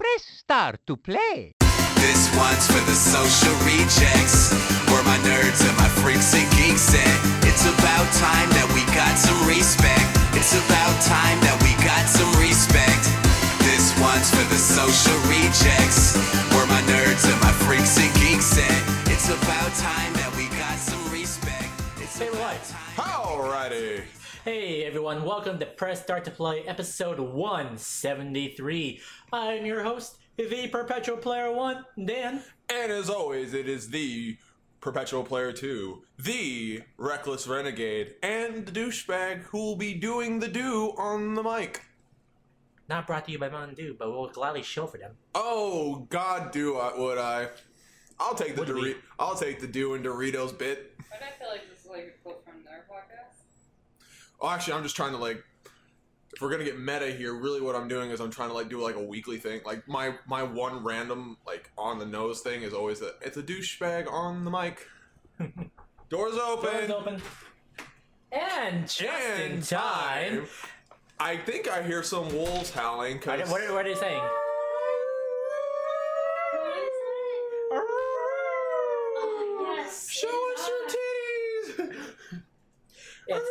Let's start to play. This one's for the social rejects. We're my nerds and my freaks and geeks, and it's about time that we got some respect. It's about time that we got some respect. This one's for the social rejects. We're my nerds and my freaks and geeks, and it's about time that we got some respect. It's Say we're about live. time. Alrighty. Hey everyone, welcome to Press Start to Play episode 173. I'm your host, the Perpetual Player 1, Dan. And as always, it is the Perpetual Player 2, the Reckless Renegade, and the douchebag who will be doing the do on the mic. Not brought to you by Mountain Dew, but we'll gladly show for them. Oh God, do I would I? I'll take the Would we? Dori- I'll take the do and Doritos bit. But I feel like this is like a quote from their podcast. Oh, actually, I'm just trying to like. If we're gonna get meta here, really, what I'm doing is I'm trying to like do like a weekly thing. Like my my one random like on the nose thing is always that it's a douchebag on the mic. Doors open. Doors open. And just in time. I think I hear some wolves howling. What, Cause what are- what are they saying? Oh, yes. Show us your It's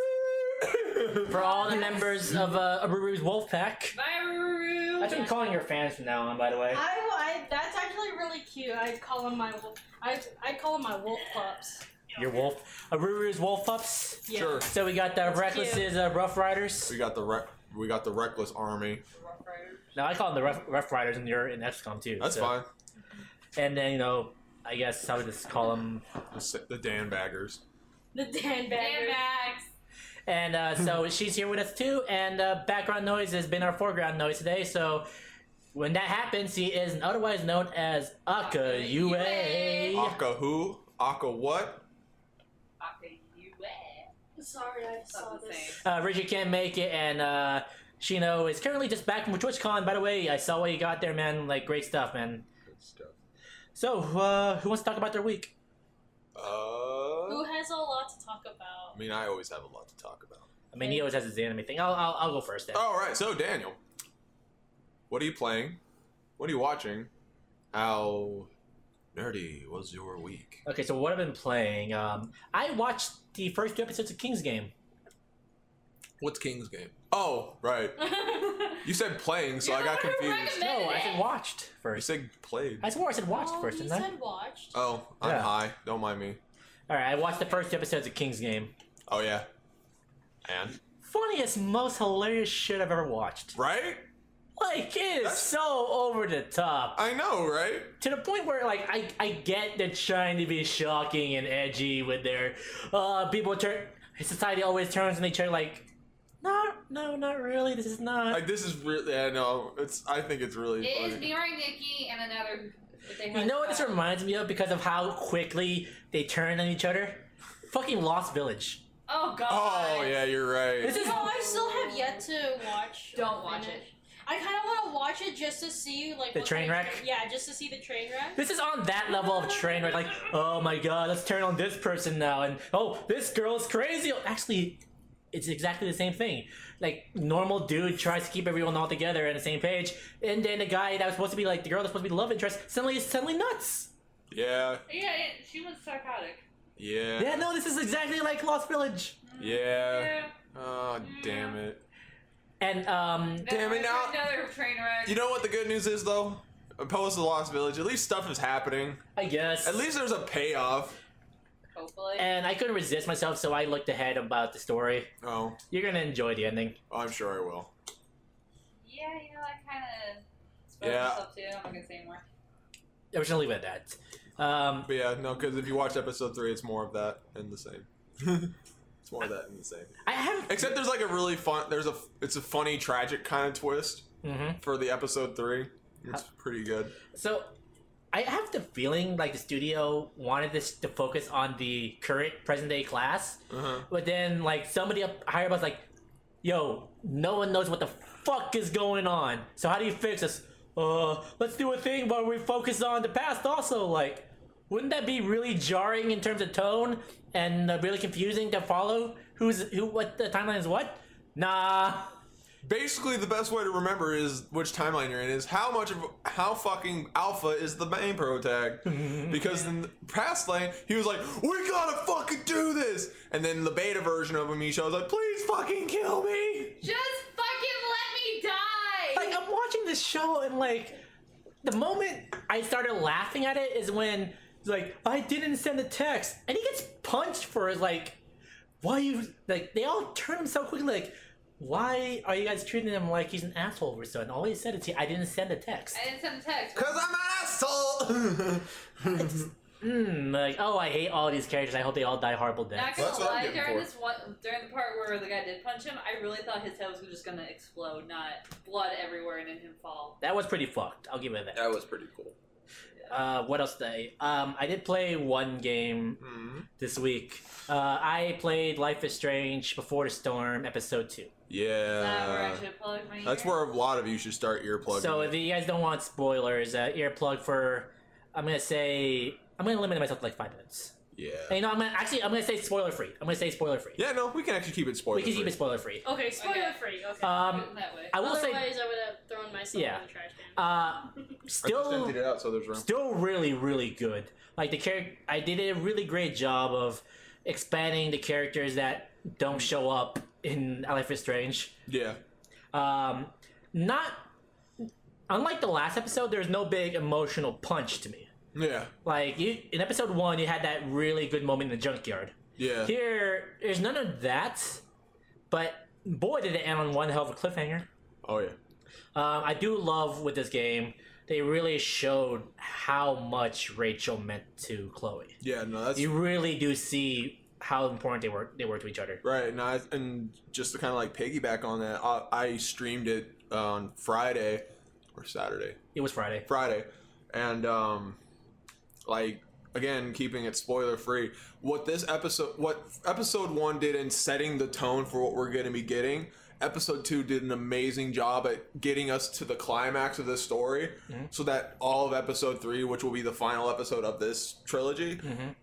titties. for all the members of uh, Aburu's Wolf Pack. Bye, Ruru. I've been calling your fans from now on, by the way. I, I, that's actually really cute. I call them my wolf. I, I call them my wolf pups. Your wolf. Aburu's Wolf Pups. Yeah. Sure. So we got the Reckless's uh, Rough Riders. We got the rec- we got the reckless army. Rough Riders. No, I call them the Rough, rough Riders, and they're in XCOM too. That's so- fine. And then, you know, I guess I would just call them. The, s- the Dan baggers. The Dan Dan Bagger. bags. And uh, so she's here with us too. And uh, background noise has been our foreground noise today. So when that happens, she is otherwise known as Aka Yue. Yue. Aka who? Aka what? Popping you wet. Sorry, I saw Something. this. Uh, Richard can't make it, and uh, Shino is currently just back from TwitchCon. By the way, I saw what you got there, man. Like great stuff, man. Good stuff. So uh, who wants to talk about their week? Uh, Who has a lot to talk about? I mean, I always have a lot to talk about. I mean, he always has his anime thing. I'll I'll, I'll go first. Then. All right, so Daniel, what are you playing? What are you watching? How nerdy was your week? Okay, so what I've been playing, um, I watched the first two episodes of King's Game. What's King's game? Oh, right. You said playing, so You're I the got one who confused. recommended No, I it. said watched You first. said played. I swore I said watched oh, first, he didn't I? said watched. Oh, I'm Yeah. high. Don't mind me. All right, I watched the first two episodes of King's Game. Oh yeah. And Funniest, most hilarious shit I've ever watched. right? Like it is That's- so over the top I know, right? to the point where, like, I I get they're trying to be shocking and edgy with their uh people turn society always turns and they turn like, not no not really this is not Like this is really. Yeah, no. It's. I think it's really. It is funny. Mirror Nikki and another. They You had- know what this uh, reminds me of because of how quickly they turn on each other? Fucking Lost Village. Oh god. Oh yeah, you're right. This is No, I still have yet to watch. or Don't watch finish. I kind of want to watch it just to see like The what train they- wreck? Yeah, just to see the train wreck. This is on that level of train wreck. Like, oh my god, let's turn on this person now, and oh, this girl's crazy. Actually, it's exactly the same thing. Like, normal dude tries to keep everyone all together on the same page, and then the guy that was supposed to be like the girl that's supposed to be the love interest suddenly is suddenly nuts. Yeah. Yeah, it, she was psychotic. Yeah. Yeah, no, this is exactly like Lost Village. Yeah. Yeah. Oh damn it. And um, Damn it, now- Another train wreck. You know what the good news is though? Opposed to Lost Village, at least stuff is happening. I guess At least there's a payoff. Hopefully. And I couldn't resist myself, so I looked ahead about the story. Oh, You're gonna enjoy the ending. I'm sure I will. Yeah, you know, I kind of spoke Yeah. myself too. I'm not gonna say more. We're just gonna leave it at that. Um, But yeah, no, because if you watch episode three, it's more of that and the same. it's more of that and the same. I haven't. Except there's like a really fun. There's a. It's a funny, tragic kind of twist hmm for the episode three. It's pretty good. So, I have the feeling like the studio wanted this to focus on the current present day class, Uh-huh. but then like somebody up higher up was like, "Yo, no one knows what the fuck is going on. So how do you fix this? Uh, let's do a thing where we focus on the past. Also, like, wouldn't that be really jarring in terms of tone and uh, really confusing to follow? Who's who? What the timeline is? What? Nah." basically the best way to remember is which timeline you're in is how much of how fucking alpha is the main protag because in the past lane he was like we gotta fucking do this and then the beta version of him he shows like please fucking kill me Just fucking let me die. like I'm watching this show and like the moment I started laughing at it is when like I didn't send the text and he gets punched for it like why you like they all turn him so quickly like why are you guys treating him like he's an asshole or something? All he said is he I didn't send the text. I didn't send a text. because I'm an asshole Mm, like oh I hate all these characters. I hope they all die horrible Not deaths. gonna That's what I'm lie, getting during for it. this one, during the part where the guy did punch him, I really thought his head was just gonna explode, not blood everywhere and then him fall. That was pretty fucked. I'll give it that. that was pretty cool Uh, what else did I? Um, I did play one game Hmm. this week. Uh, I played Life is Strange Before the Storm episode two. Is that where I yeah should have plugged my Uh, that's ear? where a lot of you should start earplugging So it. if you guys don't want spoilers, uh, earplug for I'm gonna say I'm gonna limit myself to like five minutes. And, yeah you know, I'm gonna, actually I'm gonna say spoiler free. I'm gonna say spoiler free. yeah no we can actually keep it spoiler we can keep it spoiler free. Okay, spoiler free. Okay. Um, that way. I will say Otherwise, I would have thrown myself Yeah. in the trash can. uh, I just still emptied it out so there's room still really really good like the character i did a really great job of expanding the characters that don't show up in life is strange yeah um not unlike the last episode there's no big emotional punch to me yeah like you in episode one you had that really good moment in the junkyard yeah here there's none of that but boy did it end on one hell of a cliffhanger oh yeah um, I do love with this game. They really showed how much Rachel meant to Chloe. yeah no that's You really do see how important they were they were to each other. Right, and I and just to kind of like piggyback on that, I, I streamed it on Friday or Saturday, It was Friday. Friday, and um, like again, keeping it spoiler free. What this episode, what episode one did in setting the tone for what we're going to be getting. Episode two did an amazing job at getting us to the climax of this story, so that all of episode three, which will be the final episode of this trilogy,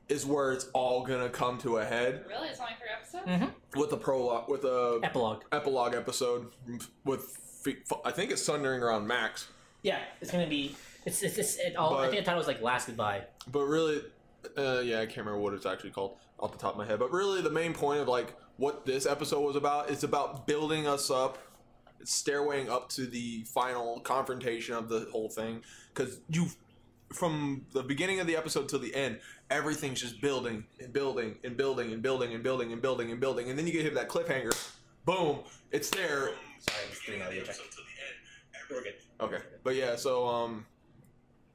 is where it's all gonna come to a head Really? It's only three episodes? Mm. with a prologue, with a Epilogue. epilogue episode with fe- f- I think it's thundering around Max, Yeah, it's gonna be. It's it's, it's it all. I But- think the title was like "Last Goodbye." but really, uh, yeah, I can't remember what it's actually called off the top of my head. But really, the main point of like what this episode was about is about building us up, stairwaying up to the final confrontation of the whole thing. Because you, from the beginning of the episode till the end, everything's just building and building and building and building and building and building and building, and then you get hit with that cliffhanger. Boom! It's there. Sorry, I'm just doing audio check. Okay. But yeah, so um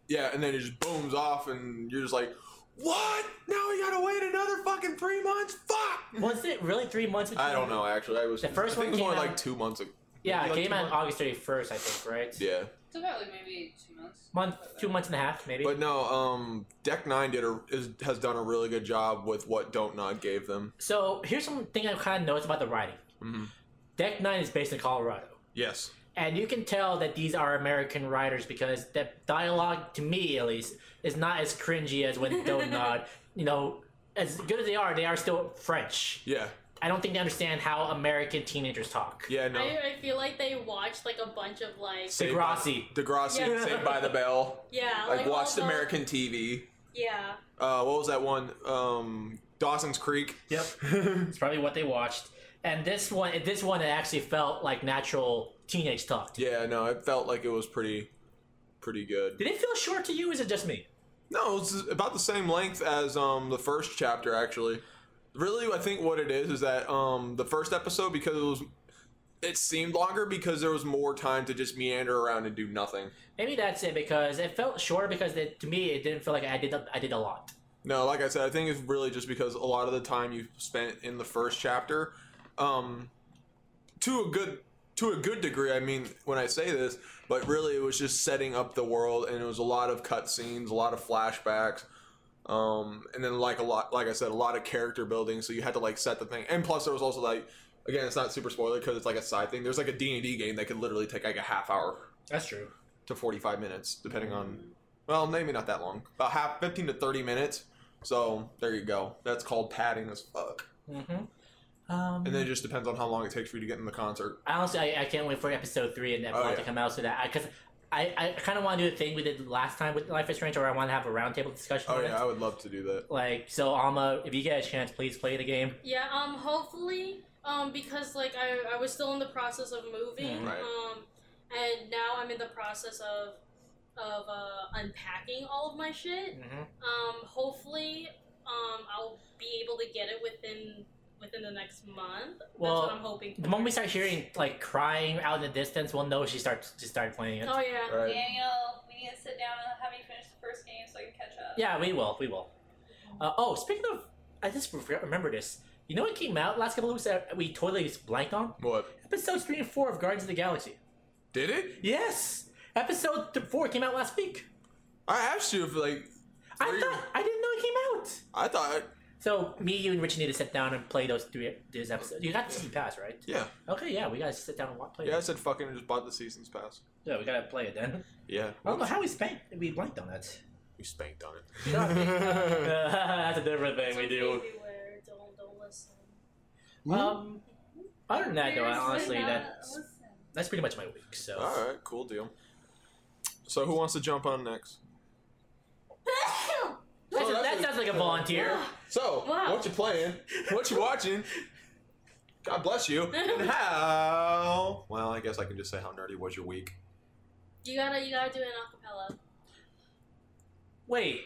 yeah, and then it just booms off and you're just like, What? Now we gotta wait another fucking three months? Fuck Was it really three months? Between I don't know actually. I was The first I think one it was came only out- like two months ago. Yeah, Maybe, it like, came two out months- August thirty first, I think. Right. Yeah. So probably maybe two months. Month, two months and a half, maybe. But no, um Deck Nine did a is, has done a really good job with what Don't Nod gave them. so here's something I kind of noticed about the writing. Mhm. Deck Nine is based in Colorado. Yes. and you can tell that these are American writers because the dialogue, to me at least, is not as cringy as when Don't Nod. You know, as good as they are, they are still French. Yeah. I don't think they understand how American teenagers talk. Yeah, no. I, I feel like they watched like a bunch of like Saved by- Degrassi. Degrassi, Yeah. Saved by the Bell. yeah Like, all watched the- American TV. yeah Uh, what was that one? Um, Dawson's Creek. Yep, it's probably what they watched. And this one, this one, it actually felt like natural teenage talk. To me. Yeah, no, it felt like it was pretty, pretty good. Did it feel short to you? Or is it just me? No, it's about the same length as um the first chapter actually. Really, I think what it is is that um the first episode because it was it seemed longer because there was more time to just meander around and do nothing. Maybe that's it because it felt short because it, to me it didn't feel like I did a- I did a lot. No, like I said, I think it's really just because a lot of the time you spent in the first chapter, um, to a good to a good degree. I mean, when I say this, but really it was just setting up the world, and it was a lot of cutscenes, a lot of flashbacks, um, and then like a lot, like I said, a lot of character building. So you had to like set the thing, and plus there was also like, again, it's not super spoiler because it's like a side thing. There's like a D and D game that could literally take like a half hour That's true. to 45 minutes, depending on, well, maybe not that long, about half 15 to 30 minutes. So there you go. That's called padding as fuck. Mm-hmm. Um, And then it just depends on how long it takes for you to get in the concert. honestly, I, I can't wait for episode three and that Oh, vlog to yeah. come out so that because I, I, kind of want to do a thing we did last time with Life is Strange, or I want to have a roundtable discussion. Oh on yeah, it. I would love to do that. Like so, Alma, if you get a chance, please play the game. Yeah, um, hopefully, um, because like I, I was still in the process of moving, Mm. Right. um, and now I'm in the process of of uh, unpacking all of my shit. Mhm. Um, hopefully, um, I'll be able to get it within within the next month. Well, That's what I'm hoping. The for. moment we start hearing like crying out in the distance, we'll know she starts she started playing it. Oh yeah. Right. Daniel, we need to sit down and have you finish the first game so I can catch up. Yeah, we will. We will. Uh, oh, speaking of, I just re- remember this. You know what came out last couple of weeks that we totally just blanked on? What? Episodes 3 and 4 of Guardians of the Galaxy. Did it? Yes! Episode th- 4 came out last week. I asked you if like I Three- thought, I didn't know it came out. I thought So, me, you, and Rich need to sit down and play those three these episodes. You got the season pass, right? Yeah. Okay, Oh, yeah, we gotta sit down and wa- play Yeah, I it. said fucking and just bought the season's pass. Yeah, we gotta play it then. Yeah. I don't know how we spanked, we blanked on that. We spanked on Uh, it. that's a different thing It's we okay do. if you wear- Don't don't listen. Hmm? Um, other than that, though, There's honestly, uh, not- that's, listen. that's pretty much my week, so. Alright, cool deal. So who wants to jump on next? That's- Oh, that's that a- sounds like a volunteer. So Wow. what you playing? What you watching? God bless you. And how well I guess I can just say how nerdy was your week. you gotta you gotta do it in acapella. Wait,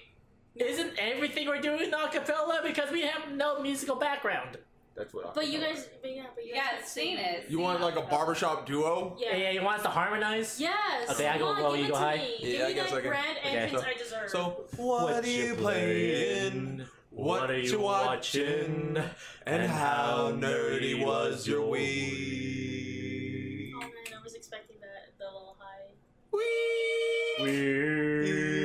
isn't everything we're doing a cappella because we have no musical background? That's what I But you guys, but yeah, but you You guys guys have seen it. You want like a barbershop duo? Yeah, Yeah. yeah, you want us to harmonize? Yes. Okay, I go Come on, low, give you it go to high. Me. Yeah, give I me guess that I can- grand Okay. entrance So- I deserve. So what, are you playing? What, are you watching? And how nerdy was your week? oh man, I was expecting that the little high. Week.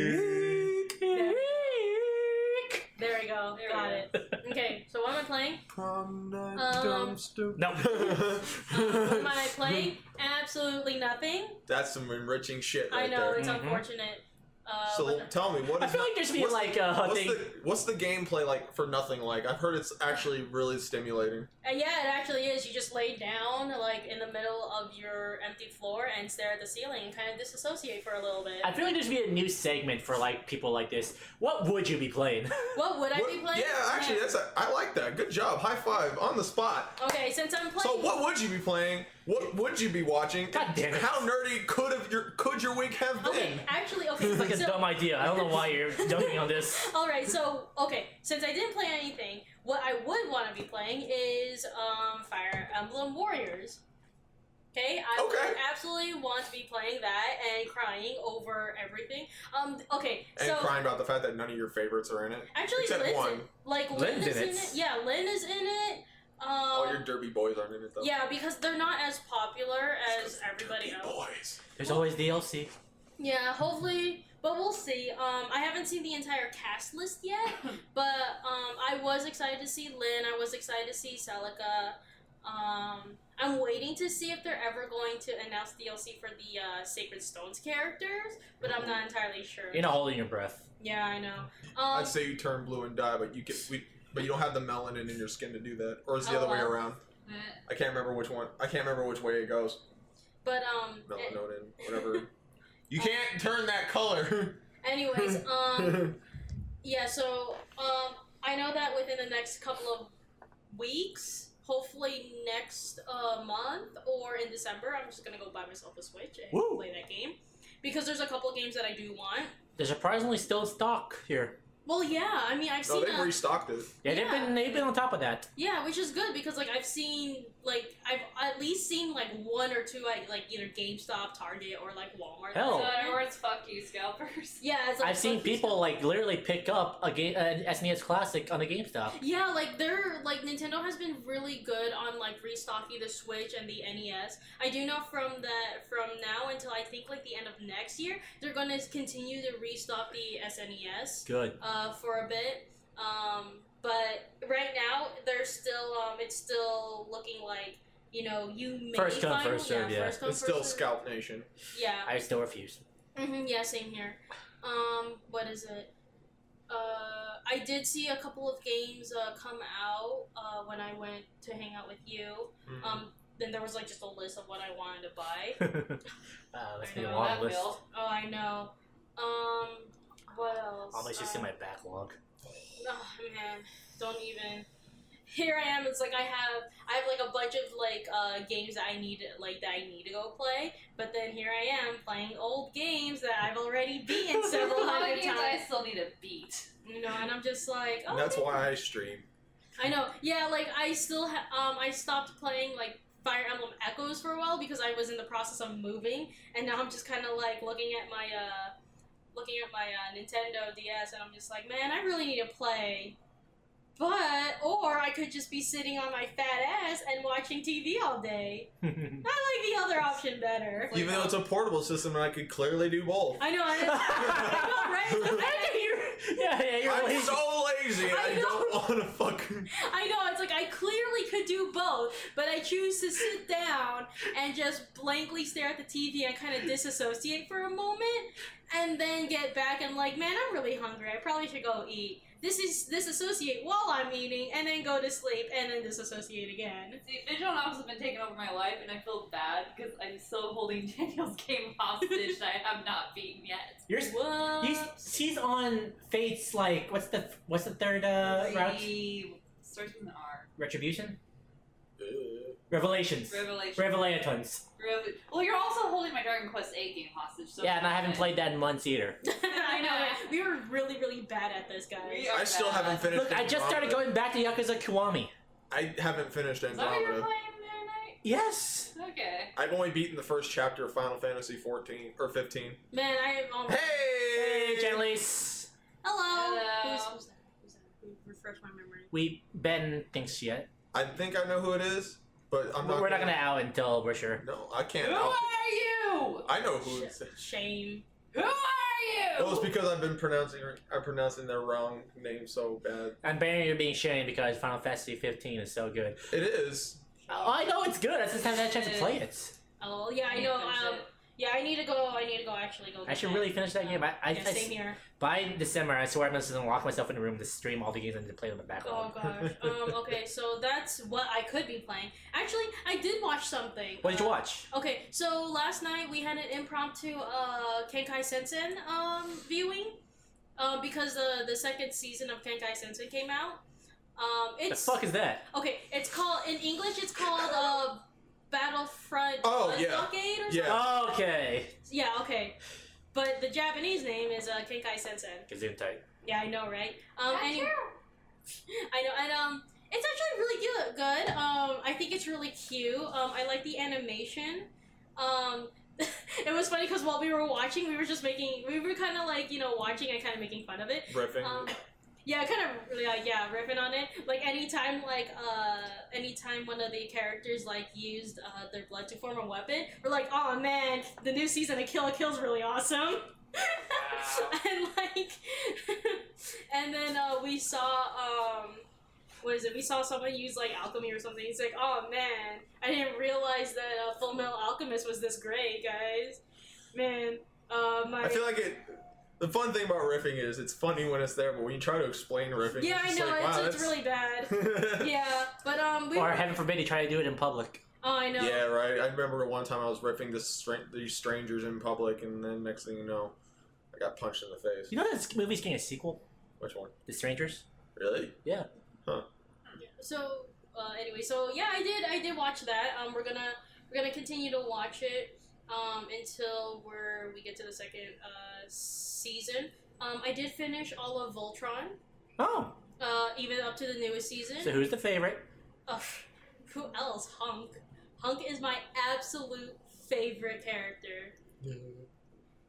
There we go. There we Got go. it. Okay, so what am I playing? Prom night Um, dumpster. No. What am I playing? Absolutely nothing. That's some enriching shit right I know there. it's Mhm. unfortunate. Uh, So but- tell me, what I is feel like there should be what's like a what's thing. the what's the gameplay like for nothing like? I've heard it's actually really stimulating. and yeah, it actually is. You just lay down like in the middle of your empty floor and stare at the ceiling and kind of disassociate for a little bit. I feel like there should be a new segment for like people like this. What would you be playing? what would I What- be playing? Yeah, actually, that's a, I like that. Good job. High five on the spot. Okay, since I'm playing. So what would you be playing? What would you be watching? God damn it. How nerdy could have your could your week have been? Okay, actually, okay. It's like a so, dumb idea. I don't know why you're dunking on this. All right, so okay, since I didn't play anything, what I would want to be playing is um, Fire Emblem Warriors. Okay, I would Okay. absolutely want to be playing that and crying over everything. Um, okay, And so crying about the fact that none of your favorites are in it. actually, Except Lynn's one. in, like Lynn Lynn's is in in it. it. Yeah, Lynn is in it. Um, All your derby boys aren't in it Oh, though. yeah, because they're not as popular as everybody Derby else. boys. There's always DLC. Yeah, hopefully, but we'll see. Um, I haven't seen the entire cast list yet, but um, I was excited to see Lynn. I was excited to see Celica. Um, I'm waiting to see if they're ever going to announce DLC for the uh, Sacred Stones characters, but I'm not entirely sure. You're not holding your breath. yeah, I know. Um, Mm-hmm. I'd say you turn blue and die, but you get we, but you don't have the melanin in your skin to do that. Or is the Oh, other way well. around? Meh. I can't remember which one. I can't remember which way it goes. but um, a- Melanonin, whatever. you can't turn that color. anyways, um, Yeah, so um, I know that within the next couple of weeks, hopefully next uh, month or in December, I'm just gonna go buy myself a Switch and Woo. play that game because there's a couple games that I do want. They're surprisingly still in stock here. Well, yeah, I mean I've no, seen they've a- restocked it. Yeah, they've Yeah. been they've been on top of that. yeah, which is good because like I've seen like I've at least seen like one or two like like either GameStop, Target, or like Walmart. So Oh. Hell. in other words, fuck you, scalpers. Yeah, it's like I've seen fuck these people like literally pick up a game, an SNES Classic on the GameStop. Yeah, like they're like Nintendo has been really good on like restocking the Switch and the NES. I do know from the from now until I think like the end of next year, they're going to continue to restock the SNES Good. uh, for a bit. Um, but right now, they're still um, it's still looking like you know you may First come, find- first serve, yeah. First come, It's first still serve. Scalp Nation. Yeah. Mm-hmm, I still refuse. hmm yeah, same here. Um, what is it? uh, I did see a couple of games uh, come out uh, when I went to hang out with you. Hmm. Um, then there was like just a list of what I wanted to buy. wow, Uh, that's I been a know long that list. bill. Oh, I know. Um, what else? I'll let you see Um, my backlog. Oh man, don't even. Here I am. It's like I have I have like a bunch of like uh, games that I need like that I need to go play, but then here I am playing old games that I've already beaten several A lot hundred of games I times. still need a beat. You know, and I'm just like, oh, And that's okay. why I stream. I know. Yeah, like I still ha- um I stopped playing like Fire Emblem Echoes for a while because I was in the process of moving, and now I'm just kind of like looking at my uh looking at my uh, Nintendo DS, and I'm just like, man, I really need to play. But or I could just be sitting on my fat ass and watching TV all day. I like the other option better. Even though it's a portable system, I could clearly do both. I know. I, I know, right? yeah, yeah, you're I'm late. so lazy. I I, don't want to fucking. I know, it's like I clearly could do both, but I choose to sit down and just blankly stare at the TV and kind of disassociate for a moment and then get back and like, man, I'm really hungry. I probably should go eat. This is disassociate while I'm eating and then go to sleep and then disassociate again. See, Visual Novels has been taking over my life, and I feel bad because I'm still holding Daniel's game hostage that I have not beaten yet. You're s- What? you s- she's on Fate's like what's the what's the third uh, route? Re- starts with an R. Retribution? Revelations. Revelation. Revelatons. Rev- well, you're also holding my Dragon Quest VIII game hostage. So yeah, and I haven't played that in months either. I know. We were really, really bad at this, guys. We are I still bad. haven't finished. Look, I just started Andromeda. going back to Yakuza Kiwami. I haven't finished Is that what you're Andromeda. playing Yes. there, Nick? Okay. I've only beaten the first chapter of Final Fantasy 14 or 15. Man, I am almost. Hey, Hey, Janice. Hello. Hello. Who's, who's that? Who's that? Who- Refresh my memory. We Ben thinks yet. I think I know who it is, but I'm not. We're not gonna out until we're sure. No, I can't. Who out- are you? I know who. It's, Shame. Who are you? well, it's because I've been pronouncing I'm pronouncing their wrong name so bad. I'm banning you being shamed because Final Fantasy 15 is so good. It is. Oh, I know it's good. I just haven't had a chance to play it. Oh yeah, I You know. finish Um, it. yeah, I need to go. I need to go. Actually, go. I get should that. really finish that game. I, I, yeah, I- same here. by December, I swear I'm just gonna lock myself in a room to stream all the games I need to play on the Oh backlog. gosh. um, okay, so that's what I could be playing. Actually, I did watch something. what did you Uh, watch? Okay, so last night we had an impromptu uh, Kenkai Sensen um, viewing uh, because the the second season of Kenkai Sensen came out. Um, The it's fuck is that? okay. It's called in English. It's called uh, Battlefront Oh, Blood yeah. Blockade or Yeah. Okay. something. Yeah. Okay, but the Japanese name is uh, Kenkai Sensen. Gazoon tight. Yeah, I know, right? Um, Gotcha. any- I know, and um, it's actually really good. Good. Um, I think it's really cute. Um, I like the animation. Um, it was funny because while we were watching, we were just making, we were kind of like, you know, watching and kind of making fun of it. Riffing. Um, yeah, kind of like yeah, riffing on it. Like anytime, like uh, anytime one of the characters like used uh, their blood to form a weapon, we're like, oh man, the new season of Kill a Kill is really awesome. and like, and then uh, we saw um, what is it? We saw someone use like alchemy or something. It's like, oh man, I didn't realize that uh, Full Metal Alchemist was this great, guys. Man, uh, my I feel like it. The fun thing about riffing is it's funny when it's there, but when you try to explain riffing, yeah, I it's just know like, it's, wow, it's really bad. that's- yeah, but um, we. Or Were, heaven forbid you try to do it in public. oh, I know. Yeah, right. I remember one time I was riffing this str- these strangers in public, and then next thing you know, I got punched in the face. You know this movie's getting a sequel, Which one? The Strangers. Really? So uh, anyway, so yeah, I did. I did watch that. Um, we're gonna we're gonna continue to watch it um, until we're we get to the second uh, season. Um, I did finish all of Voltron, Oh, uh, even up to the newest season. so who's the favorite? Ugh, who else? Hunk. Hunk is my absolute favorite character.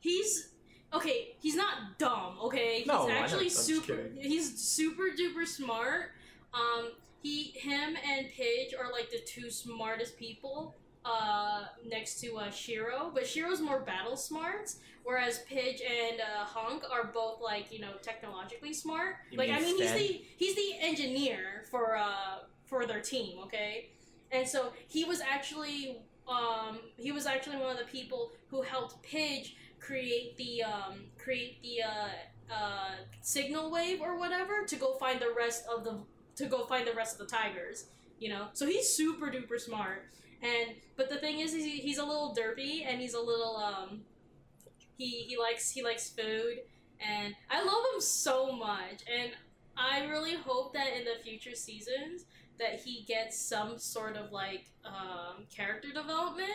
He's okay. He's not dumb. Okay, he's No, I know. actually I'm just super. kidding. He's super duper smart. Um, he, him, and Pidge are like the two smartest people. Uh, next to uh, Shiro, but Shiro's more battle smarts, whereas Pidge and uh, Hunk are both like you know technologically smart. You like I mean mean, he's Stan? the he's the engineer for uh for their team. Okay, and so he was actually um, he was actually one of the people who helped Pidge create the um, create the uh, uh, signal wave or whatever to go find the rest of the to go find the rest of the tigers. You know, so he's super duper smart. And but the thing is, he, he's a little derpy and he's a little um, he he likes he likes food and I love him so much. And I really hope that in the future seasons that he gets some sort of like um, character development.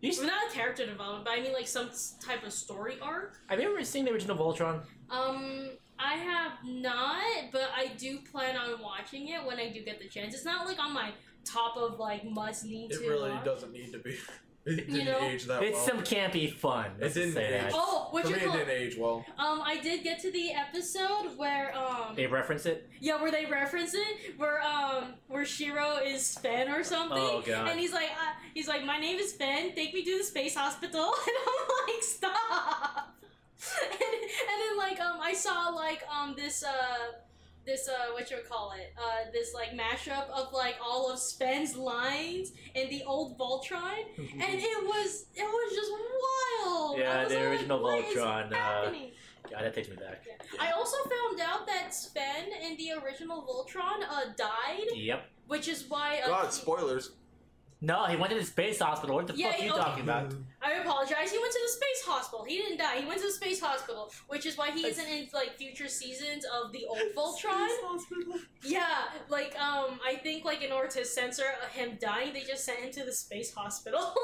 You Well, s- not character development, but I mean like some s- type of story arc. Have you ever seen the original Voltron? Um, I have not, but I do plan on watching it when I do get the chance. It's not like on my top of like must need It to. really watch. doesn't need to be. It didn't know, age that It's well. some campy fun. Let's It just didn't say that. age. Oh, what For you me, it call? didn't age well. Um, I did get to the episode where um, They reference it. yeah, where they reference it, where um, where Shiro is Finn or something. Oh And god. he's like, uh, he's like, my name is Ben. Take me to the space hospital. And I'm like, stop. And, and then like, um, I saw like um this uh this uh what you would call it uh this like mashup of like all of Spen's lines and the old Voltron, and it was it was just wild. Mm-hmm. I Yeah, was the all like, original "What is Voltron. Uh, happening?" god, that takes me back. I also found out that Spen in the original Voltron uh died, Yep. which is why uh, God, he- spoilers. No, he went to the space hospital. What the Yeah, fuck are you okay. talking about? I apologize. He went to the space hospital. He didn't die. He went to the space hospital, which is why he isn't in like future seasons of the old Voltron. Yeah, like um, I think like in order to censor him dying, they just sent him to the space hospital.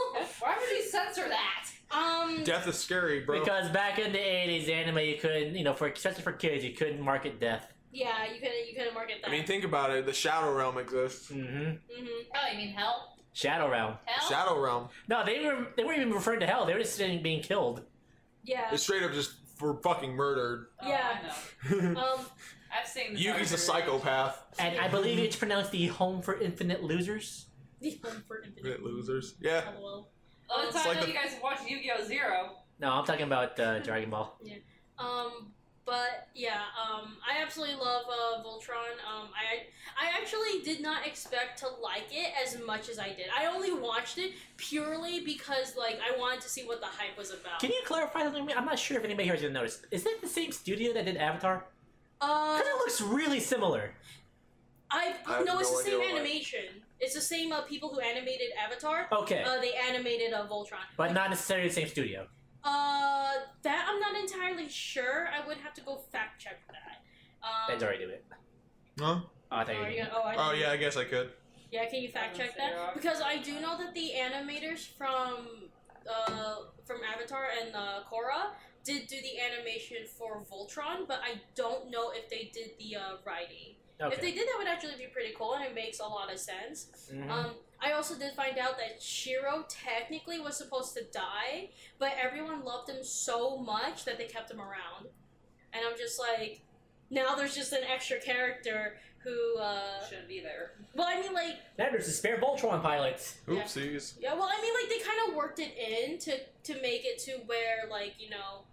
Why would you censor that? um, Death is scary, bro. Because back in the '80s, anime you couldn't, you know, for especially for kids, you couldn't market death. yeah, you couldn't you couldn't market that. I mean, think about it. The Shadow Realm exists. Mm-hmm. hmm Oh, you mean hell? Shadow Realm. Hell? Shadow Realm. No, they were they weren't even referring to hell. They were just saying being killed. Yeah. It's straight up just for fucking murdered. Oh, Yeah. I know. Um, I've seen this. Yuki's a already. psychopath. And I believe it's pronounced the Home for Infinite Losers. the home for infinite. Losers. Yeah. LOL. Oh, it's It's time like that the- you guys watch Yu-Gi-Oh! Zero. No, I'm talking about uh, Dragon Ball. Um, but yeah, um, I absolutely love uh, Voltron. Um, I I actually did not expect to like it as much as I did. I only watched it purely because like I wanted to see what the hype was about. Can you clarify something? to me? I'm not sure if anybody here is gonna notice. Is that the same studio that did Avatar? uh, Because it looks really similar. I, I have no, it's no the idea same what- animation. It's the same uh, people who animated Avatar. Okay, Uh, they animated uh, Voltron. but not necessarily the same studio. Uh, that I'm not entirely sure. I would have to go fact check that. Um, Ben's already doing it. Huh? Oh, I thought oh, you were are you doing it. gonna- oh, I Oh didn't- yeah, I guess I could. Yeah, can you fact check that? Because I do know that the animators from uh, from Avatar and uh, Korra did do the animation for Voltron, but I don't know if they did the uh, writing. If they Okay. did, that would actually be pretty cool, and it makes a lot of sense. Mhm. Um, I also did find out that Shiro technically was supposed to die, but everyone loved him so much that they kept him around. And I'm just like, now there's just an extra character who. Uh, Shouldn't be there. well, I mean, like. That there's the spare Voltron pilots. Yeah. Oopsies. Yeah, well, I mean, like they kind of worked it in to to make it to where, like, you know,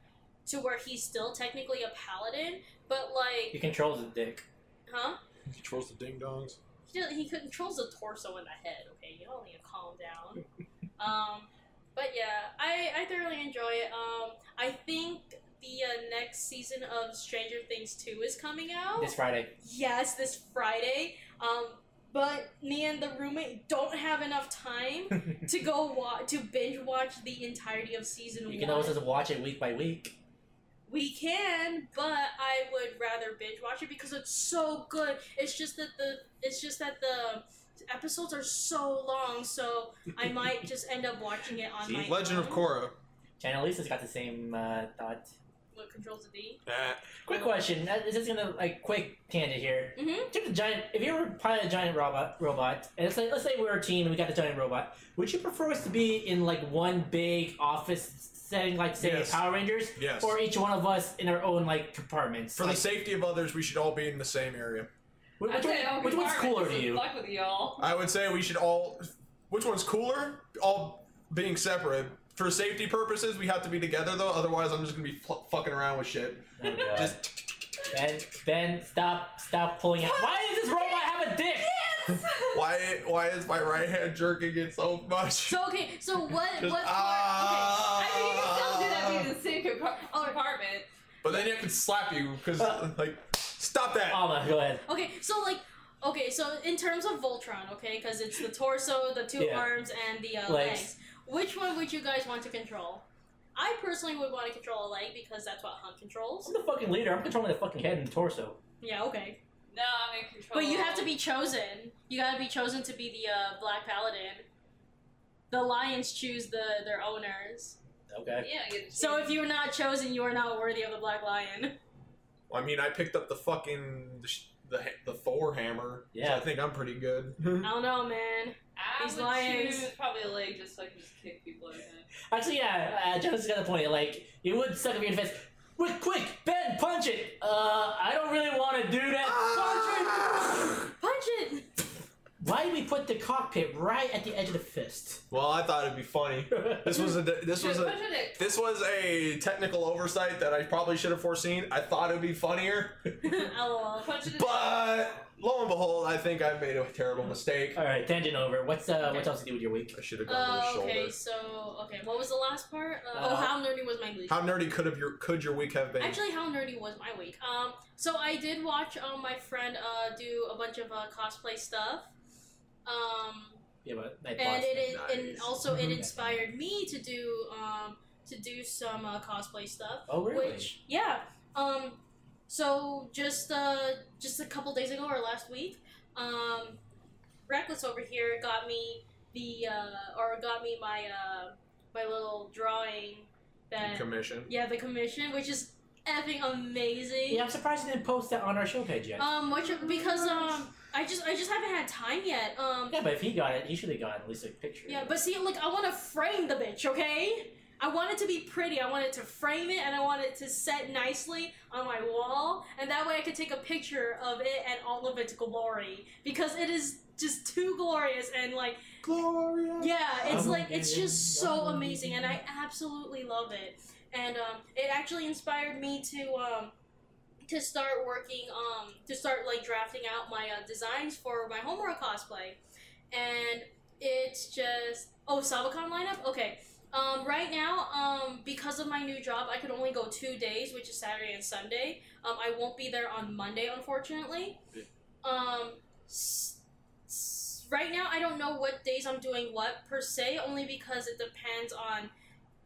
to where he's still technically a paladin, but He like, controls the dick. huh? He controls the ding dongs. He, does- he controls the torso and the head. Okay, you all need to calm down. um, but yeah, I I thoroughly enjoy it. Um, I think the uh, next season of Stranger Things two is coming out. This Friday. yes, this Friday. Um, but me and the roommate don't have enough time to go wa- to binge watch the entirety of season You one. can always just watch it week by week. we can, but I would rather binge watch it because it's so good. It's just that the it's just that the episodes are so long, so I might just end up watching it on my Legend of own. Korra. Channelisa's got the same uh, thought. What controls the D? Eh. Quick question. Uh, This is gonna like quick tangent here. Mhm. If the giant, if you were pilot a giant robot, robot, and it's like, let's say we were a team and we got the giant robot, would you prefer us to be in like one big office setting, like say Yes. Power Rangers, Yes. or each one of us in our own like compartments? For the like, safety of others, we should all be in the same area. which, I'd which, say oh, one, I'll which be one's fired cooler just to you? Fuck with y'all. I would say we should all. Which one's cooler? All being separate. For safety purposes, we have to be together though. Otherwise, I'm just gonna be fu- fucking around with shit. Oh, God. Just ben, Ben, stop, stop pulling out. Why does this robot have a dick? why? Why is my right hand jerking it so much? So okay, so what Just- what part? Okay. Ah. I mean, you can still do that, but you the same compar- apartment. But then you have to slap you because Uh. like, stop that. Alma, go ahead. Okay, so like, okay, so in terms of Voltron, okay, because it's the torso, the two Yeah. arms, and the uh, legs. Legs. Which one would you guys want to control? I personally would want to control a leg because that's what Hunt I'm controls. the fucking leader. I'm controlling the fucking head and torso. Yeah, okay. No, I'm in control. But you have to be chosen. You gotta be chosen to be the uh, Black Paladin. The lions choose the their owners. Okay. Yeah. I get to So choose. if you're not chosen, you are not worthy of the Black Lion. I mean, I picked up the fucking the sh- the, ha- the Thor hammer. so Yeah. I think I'm pretty good. I don't know, man. I These would lions- choose probably a leg just so I can just kick people. I think. Actually, yeah. Uh, Jonas got a point. Like, it would suck if you defense. Quick, quick, Ben, punch it. Uh, I don't really want to do that. Punch Punch it. it. Why did we put the cockpit right at the edge of the fist? well, I thought it'd be funny. This was a this was Just a punch a dick. this was a technical oversight that I probably should have foreseen. I thought it'd be funnier, Lol. Punch it in but lo and behold, I think I made a terrible mistake. All right, tangent over. What's uh, Okay. what else to do with your week? I should have gone Uh, to his okay, shoulder. so okay, what was the last part? Uh, oh, Uh, how nerdy was my week? How nerdy could have your could your week have been? Actually, how nerdy was my week? Um, so I did watch um my friend uh do a bunch of uh, cosplay stuff. Um, Yeah, but I and paused. it is, and Nice. also it Mhm. inspired me to do um to do some uh, cosplay stuff. oh really? Which yeah. Um so just uh just a couple days ago or last week, um Reckless over here got me the uh or got me my uh my little drawing that commission. uh, yeah, the commission, which is effing amazing. yeah, I'm surprised you didn't post that on our show page yet. Um what you because um I just I just haven't had time yet. Um yeah, but if he got it, he should have gotten at least a picture. Yeah, but see, look, I want to frame the bitch, okay? I want it to be pretty. I want it to frame it, and I want it to set nicely on my wall, and that way I could take a picture of it and all of its glory because it is just too glorious and like Gloria. yeah, it's I'm like it's just so getting amazing, and I lonely. absolutely love it. And um, it actually inspired me to um, to start working um, to start like drafting out my uh, designs for my homework cosplay. And it's just oh, Sabacon lineup. Okay, um, right now um, because of my new job, I could only go two days, which is Saturday and Sunday. Um, I won't be there on Monday, unfortunately. Yeah. Um, s- s- right now, I don't know what days I'm doing what per se, only because it depends on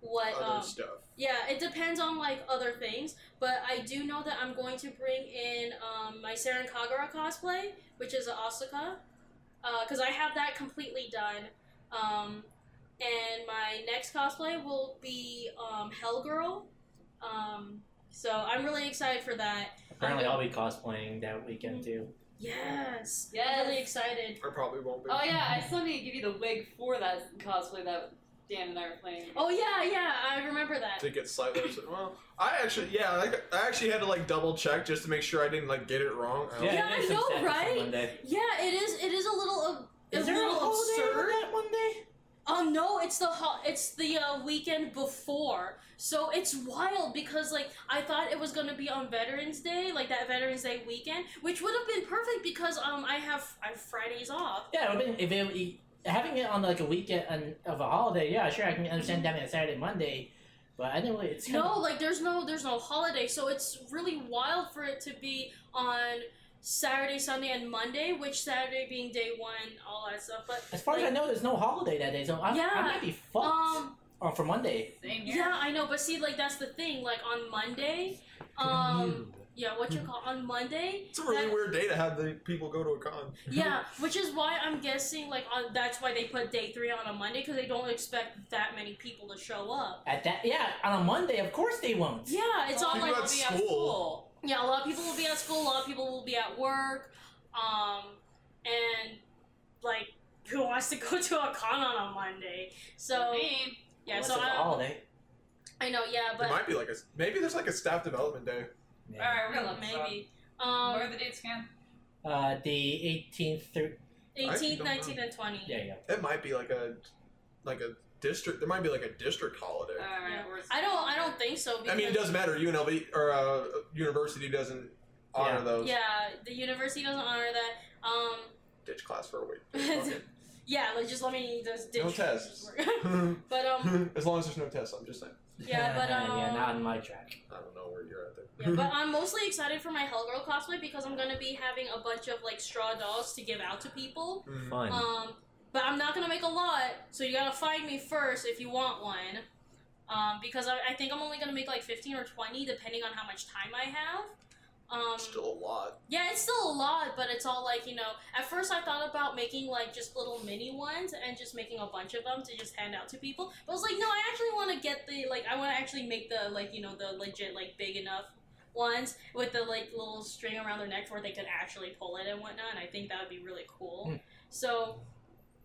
what. Other um, stuff. yeah, it depends on like other things, but I do know that I'm going to bring in um, my Saren Kagura cosplay, which is a Asuka, because I have that completely done. Um, and my next cosplay will be um, Hellgirl. Um, so I'm really excited for that. apparently I'll be cosplaying that weekend Mm-hmm. too. Yes. Yes. I'm really excited. I probably won't be. Oh yeah, I still need to give you the wig for that cosplay that Dan and I were playing. Oh yeah, yeah, I remember that. to get slightly upset. Well, I actually, yeah, I, I actually had to like double check just to make sure I didn't like get it wrong. I Yeah, Yeah, it is I know, upset for right? Monday. Yeah, it is. It is a little. Uh, Is there a little whole day absurd. for that one day? Oh no, it's the ho- it's the uh, weekend before. So it's wild because like I thought it was going to be on Veterans Day, like that Veterans Day weekend, which would have been perfect because um I have I have Fridays off. Yeah, I mean, if it, having it on like a weekend on- of a holiday, yeah, sure, I can understand having it Saturday, Monday, but I didn't really. It's kind Mm-hmm. No, of, like there's no there's no holiday, so it's really wild for it to be on Saturday, Sunday, and Monday, which Saturday being day one, all that stuff. But as far as I know, there's no holiday that day, so I, Yeah, I might be fucked um, on for Monday. Same here. yeah, I know, but see, like that's the thing. Like on Monday, um, yeah, what you call on Monday, It's a really That- weird day to have the people go to a con. Yeah, which is why I'm guessing like on that's why they put day three on a Monday because they don't expect that many people to show up. At that, yeah, on a Monday, of course they won't. Yeah, it's Well, all I'm Think like gonna about be at school. school. yeah, a lot of people will be at school, a lot of people will be at work, um, and like who wants to go to a con on a Monday? I So mean, yeah, Unless so it's a I, holiday. I know, yeah, There but might be like a maybe there's like a staff development day. all right, we're gonna look this up. maybe What are um, the dates again? Uh, the 18th through. 18th, don't know. 19th, and 20th. Yeah, yeah. It might be like a like a district. There might be like a district holiday. All right, we're. I don't, I don't think so. Because, I mean, it doesn't matter. UNLV or uh, university doesn't honor Yeah. those. Yeah, the university doesn't honor that. Um, Ditch class for a week. Fuck Yeah, like just let me just ditch. No tests. But um, it. as long as there's no tests, I'm just saying. Yeah, but um, yeah, not on my track. I don't know where you're at there. Yeah, but I'm mostly excited for my Hellgirl cosplay because I'm gonna be having a bunch of like straw dolls to give out to people. Mhm. Fun. Um, but I'm not gonna make a lot, so you gotta find me first if you want one. Um, because I, I think I'm only gonna make like 15 or 20, depending on how much time I have. Um, Still a lot. yeah, it's still a lot, but it's all like you know. At first, I thought about making like just little mini ones and just making a bunch of them to just hand out to people. But I was like, no, I actually want to get the like I want to actually make the like you know the legit like big enough ones with the like little string around their neck where they could actually pull it and whatnot. And I think that would be really cool. Hmm. So,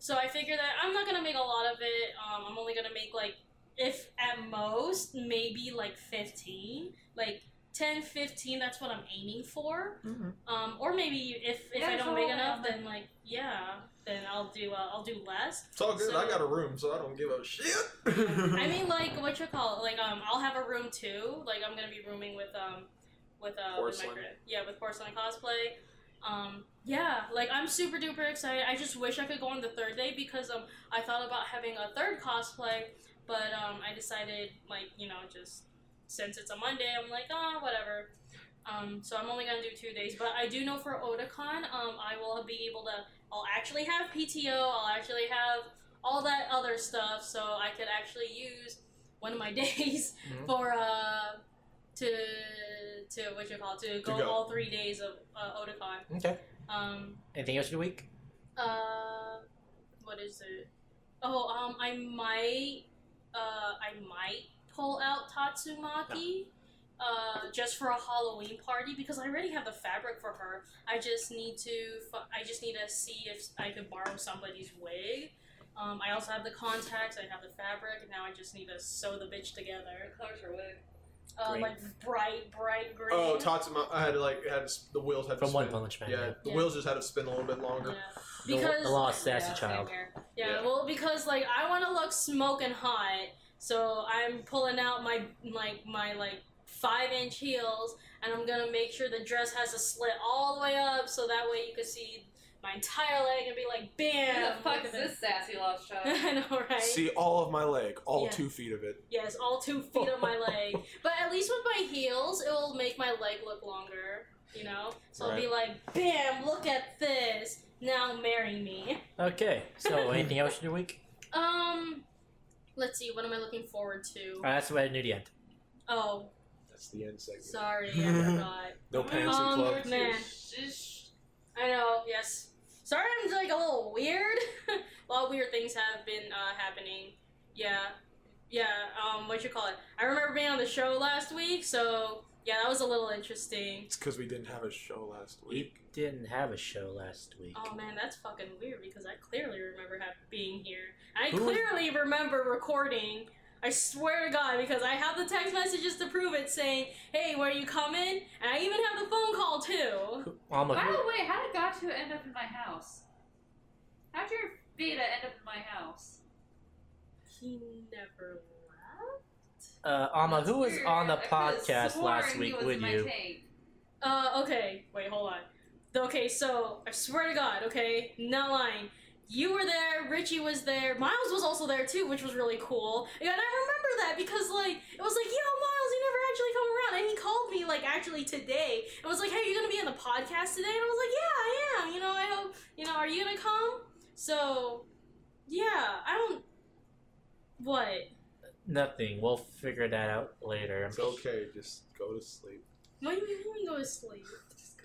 so I figure that I'm not gonna make a lot of it. Um, I'm only gonna make like if at most maybe like 15 like 10 15 that's what i'm aiming for um, or maybe if, if Yeah, I it's don't all make right. enough, then like yeah, then I'll do uh, I'll do less. It's all good. So- I got a room, so I don't give a shit. I mean, like what you call it? Like um, I'll have a room too. Like I'm gonna be rooming with um, with uh, with my Porcelain. friend. yeah, with porcelain cosplay. Um, yeah, like I'm super duper excited. I just wish I could go on the third day because um, I thought about having a third cosplay, but um, I decided like you know just since it's a Monday, I'm like ah whatever. Um, so I'm only gonna do two days, but I do know for Otakon, um, I will be able to. I'll actually have PTO. I'll actually have all that other stuff, so I could actually use one of my days Mhm. for uh to to what you call it, to go, go. all three days of uh, Otakon. okay. Um, Anything else for the week? uh, what is it? Oh, um, I might, uh, I might pull out Tatsumaki, uh, just for a Halloween party because I already have the fabric for her. I just need to, fi- I just need to see if I could borrow somebody's wig. Um, I also have the contacts. I have the fabric, and now I just need to sew the bitch together. Colors are wig. Uh, Green. like bright, bright green. oh, Tatsuma, I had to like had to, s- the wheels had to From One spin. Punch Man. Yeah, the Yeah. wheels just had to spin a little bit yeah. longer. The- Because the lost sassy yeah, child. Same here. Yeah, Yeah. well, because like I want to look smoking hot, so I'm pulling out my like my like five inch heels, and I'm gonna make sure the dress has a slit all the way up, so that way you can see my entire leg and be like, Who bam! the fuck look is at this sassy lost child? I know, right? See all of my leg, all Yeah. two feet of it. Yes, all two feet of my leg, but at least with my heels, it will make my leg look longer. You know, so I'll be like, bam! Look at this. Now marry me. Okay. So anything else for the week? Um, let's see. What am I looking forward to? Alright, Uh, that's what I knew the end. Oh, That's the end segment. Sorry, I forgot. No pants Um, and clubs. man. Shish. I know. Yes. Sorry, I'm like a little weird. a lot of weird things have been uh, happening. Yeah, yeah. Um, what you call it? I remember being on the show last week, so yeah, that was a little interesting. It's because we didn't have a show last You week. didn't have a show last week. Um, Oh man, that's fucking weird because I clearly remember ha- being here. I Who- clearly remember recording. I swear to God, because I have the text messages to prove it, saying, "Hey, where you coming?" And I even have the phone call too. Who- Alma, By who- the way, how did Gatu end up in my house? How'd your Vita end up in my house? He never left. uh, Alma, who was Weird. on the I could've podcast sworn last he week was with in my you? tape. Uh, okay. Wait, hold on. Okay, so I swear to God, okay, not lying. You were there, Richie was there, Miles was also there too, which was really cool. And I remember that because like it was like, yo, Miles, you never actually come around, and he called me like actually today and was like, hey, you gonna be on the podcast today? And I was like, yeah, I am. You know, I hope. You know, are you gonna come? So, yeah, I don't. What? Nothing. We'll figure that out later. It's okay. Just go to sleep. Why do you even go to sleep?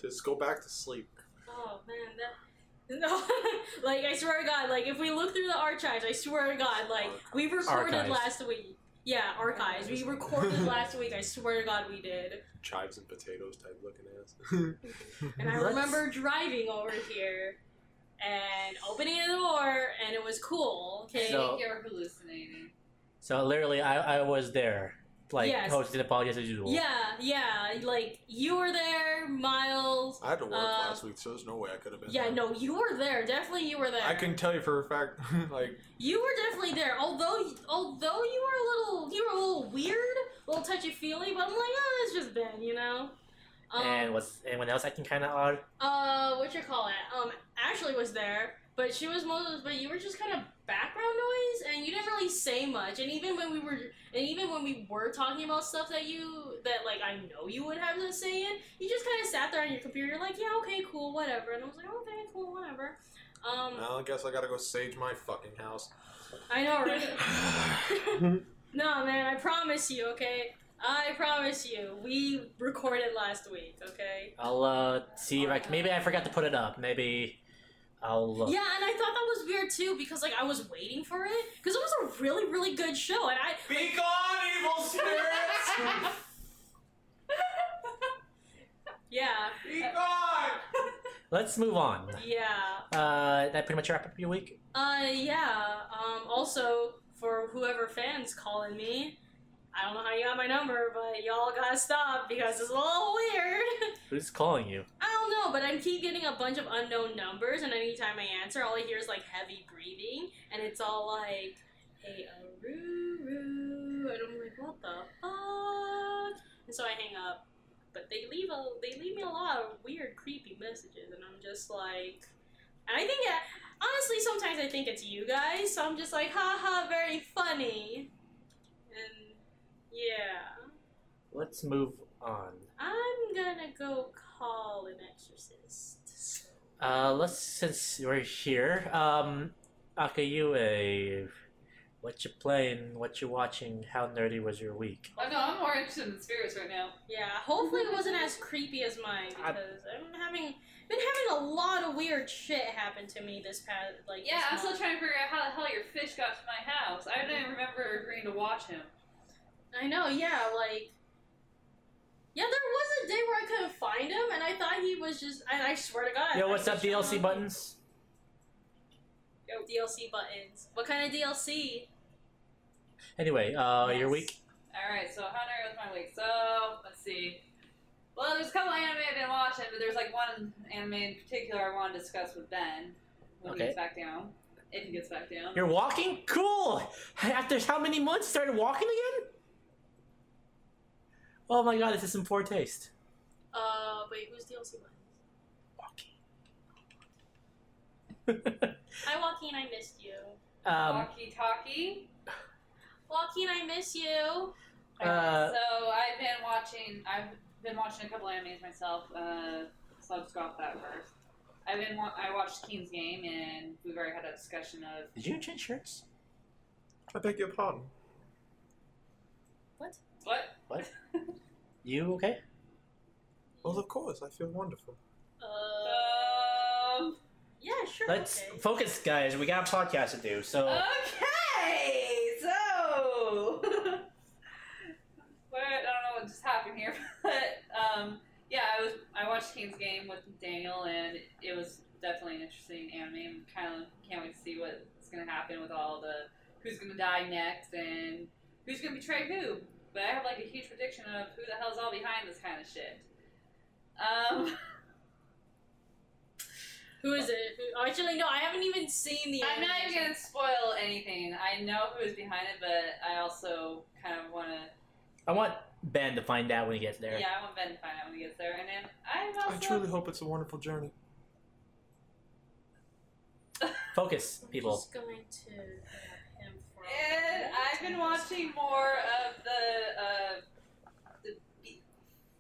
Just go back to sleep. Oh man, that no, like I swear to God, like if we look through the archives, I swear to God, like we recorded Archives. last week. Yeah, archives. We recorded last week. I swear to God, we did. Chives and potatoes type looking ass. And I Let's- remember driving over here and opening the door, and it was cool. Okay. I So- think you're hallucinating. So literally, I, I was there, like Yes. hosting the podcast as usual. yeah, yeah. Like you were there, Miles. I had to work Uh, last week, so there's no way I could have been. Yeah, there. no, you were there. Definitely, you were there. I can tell you for a fact, like You were definitely there, although although you were a little you were a little weird, a little touchy feely, but I'm like, oh, it's just Ben, you know. Um, and was anyone else acting kind of odd? uh, what you call it? Um, Ashley was there, but she was most. But you were just kind of background noise, and you didn't really say much. And even when we were, and even when we were talking about stuff that you that like I know you would have to say in, you just kind of sat there on your computer. You're like, yeah, okay, cool, whatever. And I was like, okay, cool, whatever. Um, Well, I guess I gotta go sage my fucking house. I know, right? no, man, I promise you, okay. I promise you, we recorded last week, okay? I'll uh, see if I c- maybe I forgot to put it up. Maybe I'll look. Yeah, and I thought that was weird too because like I was waiting for it because it was a really really good show and I Be gone, evil spirits! yeah Be gone! Let's move on. yeah Uh, that pretty much wrap up your week. uh yeah um also for whoever fans calling me I don't know how you got my number but y'all gotta stop because it's a little weird Who's calling you? I don't know but I keep getting a bunch of unknown numbers and anytime I answer all I hear is like heavy breathing and it's all like hey Aruru and I'm like what the fuck and so I hang up but they leave a they leave me a lot of weird creepy messages and i'm just like and i think that- honestly sometimes i think it's you guys so i'm just like haha very funny and yeah Let's move on. i'm gonna go call an exorcist Uh, let's since we're here. Um, Akayue, what you playing? What you watching? How nerdy was your week? Oh no, I'm more interested in spirits right now. yeah hopefully it wasn't as creepy as mine I- because i'm having been having a lot of weird shit happen to me this past like Yeah, this I'm still month. trying to figure out how the hell your fish got to my house. I don't even remember agreeing to watch him. I know, yeah, like Yeah, there was a day where I couldn't find him and I thought he was just and I swear to god. I Yo, thought what's he up, was showing DLC buttons? Yo, DLC buttons. What kind of DLC? Anyway, uh, your Yes. week. Alright, so how nerdy was my week? So, let's see. Well, there's a couple anime I've been watching, but there's like one anime in particular I want to discuss with Ben when Okay. he gets back down. If he gets back down. You're walking? Cool! After how many months you started walking again? Oh my god, this is in poor taste. Uh wait, who's DLC buttons? Walking. Hi Joaquin, I missed you. um, Walkie talkie. Joaquin, I miss you. uh, so I've been watching. I've been watching a couple animes myself. Uh, so I'll just go off that first. I've been. Wa- I watched Keen's Game, and we've already had a discussion of. did you change shirts? I beg your pardon. What? What? You okay? Well, of course, I feel wonderful. Uh Um. yeah, sure. Let's okay. Uh. focus, guys. We got a podcast to do, so. Okay, so what I don't know what just happened here, but um, yeah, I was I watched King's Game with Daniel, and it was definitely an interesting anime. i kind of can't wait to see what's gonna happen with all the who's gonna die next and who's gonna betray who. But I have like a huge prediction of who the hell's all behind this kind of shit. Um. Who is it? Who, oh, actually no, I haven't even seen the I'm not anime. even gonna spoil anything. I know who is behind it, but I also kind of want to. I want Ben to find out when he gets there. Yeah, I want Ben to find out when he gets there, and then I'm also. I truly hope it's a wonderful journey. Focus, I'm people. just going to have him for And I've been watching more of the uh, the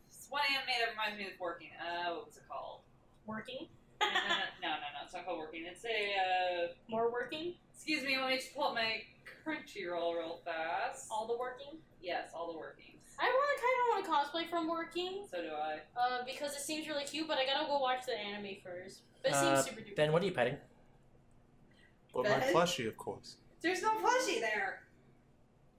it's one anime that reminds me of working. Uh, what was it called? working. no, no, no, no, it's not called working. It's a. Uh, More working? excuse me, let me just pull up my Crunchyroll real fast. All the working? yes, all the workings. I want to kind of want to cosplay from Working So do I. uh, because it seems really cute, but I gotta go watch the anime first. But it Uh, seems super duper. Ben, what are you petting? But my Bed? plushie, of course. There's no plushie there.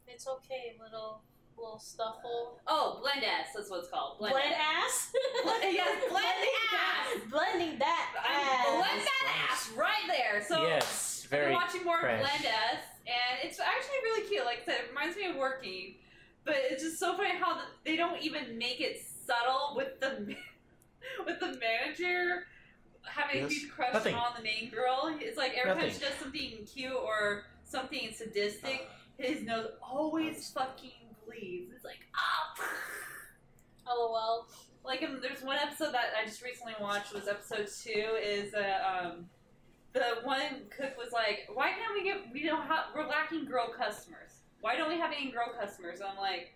It's okay, little little Uh, stuffle. Oh, blend ass. That's what it's called. Blend, ass. Blend- yes, blend ass. Blending that I'm ass. blend that ass right there. So yes, we're very. watching more fresh. blend ass, and it's actually really cute. Like I said, it reminds me of working, but it's just so funny how the, they don't even make it subtle with the ma- with the manager having Yes. a huge crush Nothing. on the main girl. It's like every time she Nothing. does something cute or something sadistic, his nose always fucking bleeds. It's like ah. LOL. like um, there's one episode that I just recently watched was episode two is uh, um the one cook was like why can't we get we don't have we're lacking girl customers why don't we have any girl customers and I'm like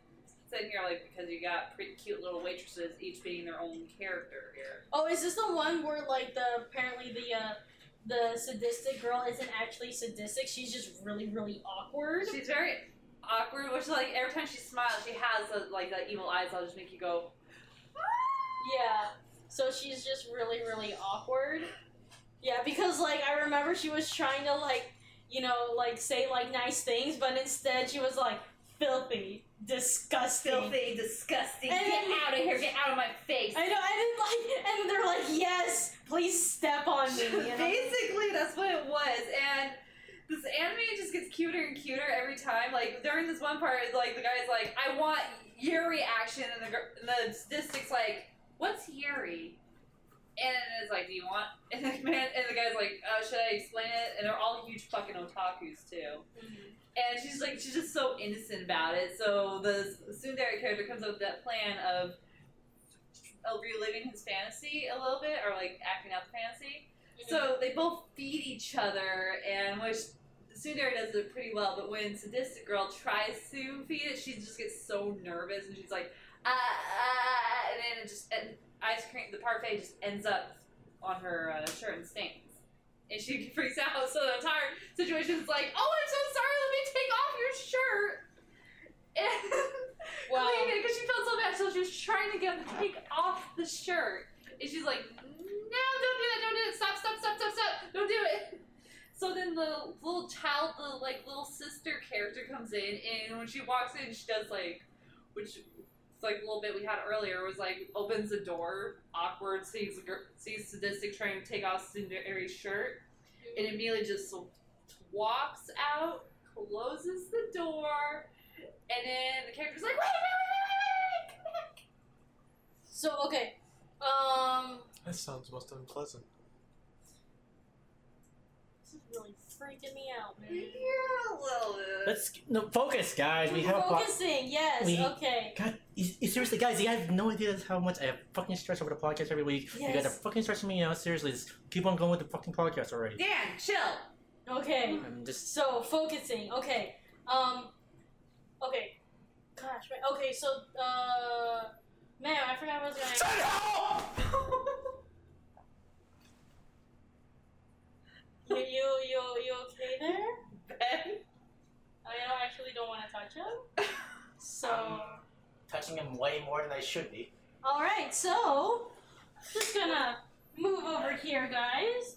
sitting here like because you got pretty cute little waitresses each being their own character here Oh, is this the one where like the apparently the uh, the sadistic girl isn't actually sadistic? She's just really really awkward. she's very awkward which is like every time she smiles she has a, like that evil eyes that'll just make you go Yeah. So she's just really, really awkward. Yeah, because like I remember she was trying to like, you know, like say like nice things, but instead she was like filthy, disgusting. filthy disgusting And get then- out of here get out of my face I know, and then like, and they're like, yes, please step on me. you know? Basically, that's what it was, and this anime just gets cuter and cuter every time. Like during this one part, it's like the guy's like, "I want your reaction," and the gir- and the statistics like, "What's Yuri?" And it's like, "Do you want?" And the man and the guy's like, uh, "Should I explain it?" And they're all huge fucking otakus too. And she's like, she's just so innocent about it. So the Sundari character comes up with that plan of, of reliving his fantasy a little bit, or like acting out the fantasy. Mm-hmm. So they both feed each other, and which Sundari does it pretty well. But when sadistic girl tries to feed it, she just gets so nervous, and she's like, ah, ah, and then it just and ice cream, the parfait just ends up on her uh, shirt and stains. And she freaks out, so the entire situation's like, oh, I'm so sorry, let me take off your shirt. And Wow. because she felt so bad, so she was trying to get him to take off the shirt. And she's like, no, don't do it, don't do it, stop, stop, stop, stop, stop, don't do it. So then the little child, the like little sister character comes in, and when she walks in, she does like, which it's like a little bit we had earlier was like opens the door, awkward, sees a gir- sees sadistic trying to take off Cinderary's shirt, and immediately just walks out, closes the door, and then the character's like, wait, wait, wait, wait, wait, wait, come back. So okay, um, That sounds most unpleasant. this is really freaking me out, man. You're a little bit. Let's no focus, guys. We have a plot. focusing. Yes. We- okay. God, you, you- seriously, guys, you have no idea how much I have fucking stress over the podcast every week. You guys Yes. are fucking stressing me out. Seriously, just keep on going with the fucking podcast already. Dan, chill. Okay. I'm just So focusing. Okay. Um. Okay. Gosh. Right. Okay. So. Uh. Man, I forgot what I was Send going. help! You you you you okay there? Ben. I don't actually don't want to touch him. So. Um. touching him way more than I should be. All right. So. Just gonna move over here, guys.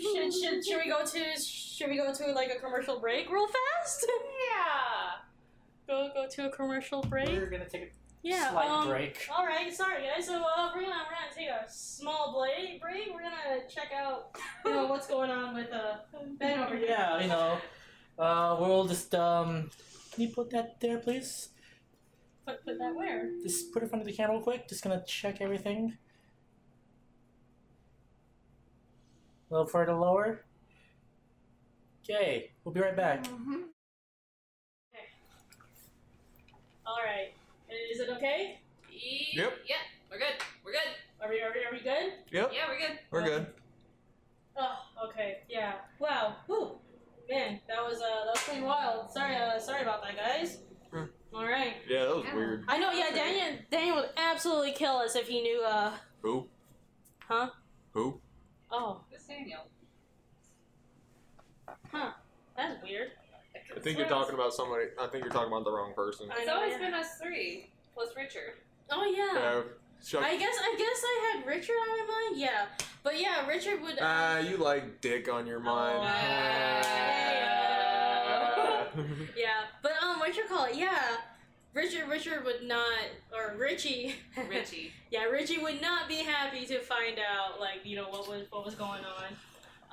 Should, should, should we go to should we go to like a commercial break real fast? Yeah. go go to a commercial break. We're gonna take a Yeah. slight um, break. All right, sorry guys. So uh, we're gonna we're gonna take a small break. Break. We're gonna check out you know what's going on with uh Ben over here. Yeah, you know. Uh, we'll just um. Can you put that there, please? Put, put that where? Just put it under the camera real quick. Just gonna check everything. A little further lower. Okay, we'll be right back. All right. Is it okay? E- Yep. Yeah, we're good. We're good. Are we are we, are we good? Yep, Yeah, we're good. we're good. Oh, okay. Yeah. Wow. Whew. Man, that was uh that was pretty wild. Sorry uh sorry about that, guys. Hmm. All right. Yeah, that was Yeah. weird. I know. Yeah, Daniel Daniel would absolutely kill us if he knew. Uh. Who? Huh? Who? Oh. Who's Daniel? That's weird. I think you're talking about somebody. I think you're talking about the wrong person. I It's know, always yeah. been us three plus Richard. Oh yeah. Yeah. Chuck. I guess I guess I had Richard on my mind. Yeah, but yeah, Richard would. um, Oh, Ah, you like dick on your mind. yeah. Who yeah, but um, what you call it? Yeah, Richard Richard would not, or Richie. Richie. yeah, Richie would not be happy to find out, like you know what was what was going on.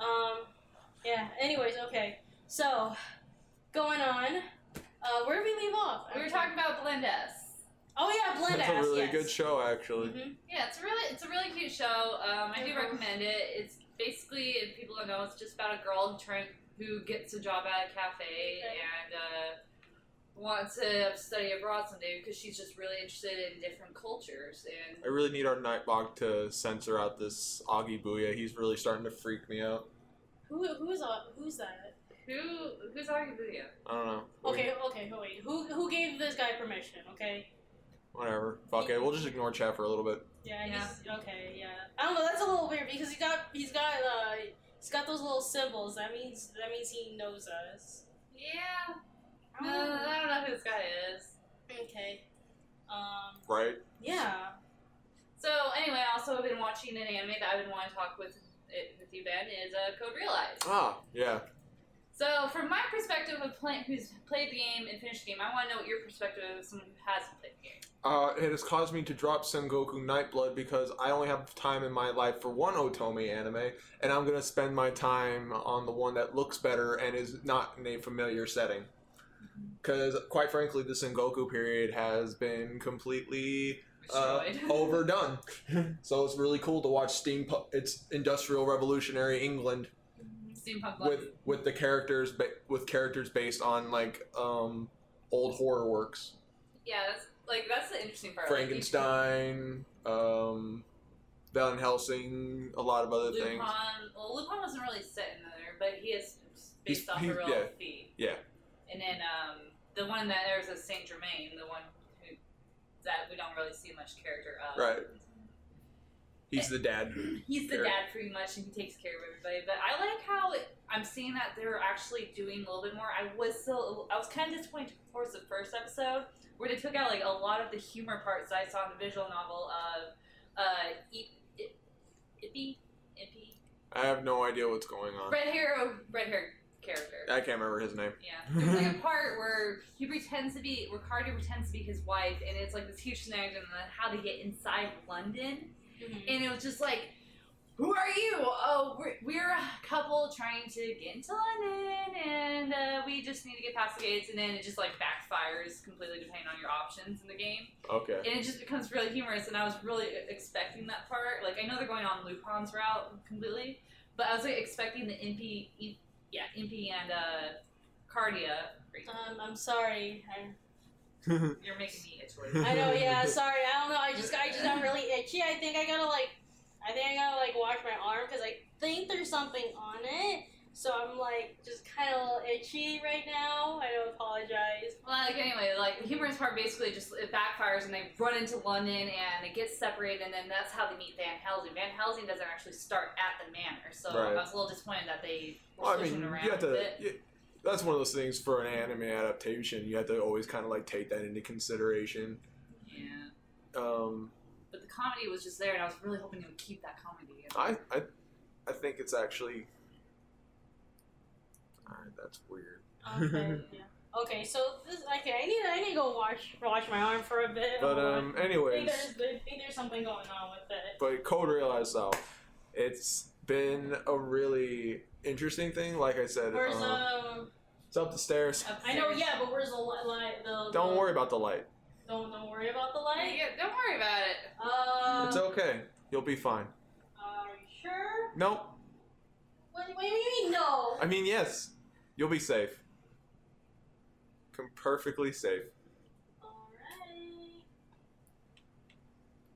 Um, yeah. Anyways, okay. So, going on. Uh, where did we leave off? We were talking about Blend S. Oh yeah, blend That's a ass. really yes. good show, actually. Mhm. Yeah, it's a really it's a really cute show. Um, I do Mhm. recommend it. It's basically, if people don't know, it's just about a girl who trying who gets a job at a cafe Okay. and uh, want to study abroad someday because she's just really interested in different cultures and I really need our Nightbog to censor out this Augie Booyah. He's really starting to freak me out. Who who is uh, who's that? who who's Agabuya? I don't know. Okay, okay, who- wait. Who who gave this guy permission? Okay. Whatever. Fuck it. We'll just ignore chat for a little bit. Yeah. He's, Okay. Yeah. I don't know. That's a little weird because he got he's got uh he's got those little symbols. That means that means he knows us. Yeah, uh, I don't know who this guy is. Okay. Um. Right? Yeah. So anyway, I also have been watching an anime that I've been wanting to talk with it, with you, Ben, is uh, Code Realize. Ah, yeah. So from my perspective of playing, who's played the game and finished the game, I want to know what your perspective of someone who hasn't played the game. Uh, it has caused me to drop Sengoku Nightblood because I only have time in my life for one Otome anime, and I'm gonna spend my time on the one that looks better and is not in a familiar setting. Because, quite frankly, the Sengoku period has been completely uh, Destroyed. overdone. so it's really cool to watch steampunk. It's industrial revolutionary England Steampunk with London. with the characters ba- with characters based on like um, old horror works. Yeah, that's like that's the interesting part. Like, you- Frankenstein, um, Van Helsing, a lot of other Lupin. things. Well, Lupin wasn't really set in there, but he is He's- based off he- a real yeah. thief. Yeah. And then um, the one that there's a Saint Germain, the one who that we don't really see much character of. Right. He's the dad. He's the Sure. dad pretty much, and he takes care of everybody. But I like how it, I'm seeing that they're actually doing a little bit more. I was so I was kind of disappointed towards the first episode where they took out like a lot of the humor parts that I saw in the visual novel of uh, I- I- Ippy, Ippy, I have no idea what's going on. red hair, oh, red hair character. I can't remember his name. Yeah, there's like a part where he pretends to be Ricardo pretends to be his wife, and it's like this huge shenanigan on how they get inside London Mhm. and it was just like, "Who are you? Oh, we're, we're a couple trying to get into London, and uh, we just need to get past the gates." And then it just like backfires completely, depending on your options in the game, Okay. and it just becomes really humorous. And I was really expecting that part. Like, I know they're going on Lupin's route completely, but I was like expecting the Impy, Imp, yeah, Impy and uh, Cardia. Um. I'm sorry. I You're making me itch. Lily. I know, yeah. Sorry, I don't know. I just, I just got really itchy. I think I gotta like, I think I gotta like wash my arm because I think there's something on it. So I'm like just kind of a little itchy right now. I do apologize. Well, like anyway, like the humorous part basically just it backfires and they run into London and they get separated and then that's how they meet Van Helsing. Van Helsing doesn't actually start at the manor, so Right. I was a little disappointed that they were Well, I switching mean, around you have a to. bit. You, that's one of those things for an anime adaptation. You have to always kind of like take that into consideration. Yeah, Um, but the comedy was just there, and I was really hoping they would keep that comedy. I, I, I think it's actually. Alright, that's weird. Okay. yeah. Okay. So this, okay, I need, I need to go wash, wash my arm for a bit. But Hold on. um, I think anyways, there's, I think there's something going on with it. but Code Realize though, it's been a really interesting thing. Like I said, Where's um, um? it's up the stairs. I know, yeah, but where's the light? Li- the, Don't the- worry about the light. Don't don't worry about the light. Yeah, don't worry about it. Um, It's okay. You'll be fine. Are you sure? Nope. What, what do you mean no? I mean, yes. You'll be safe. Com- perfectly safe. Alright.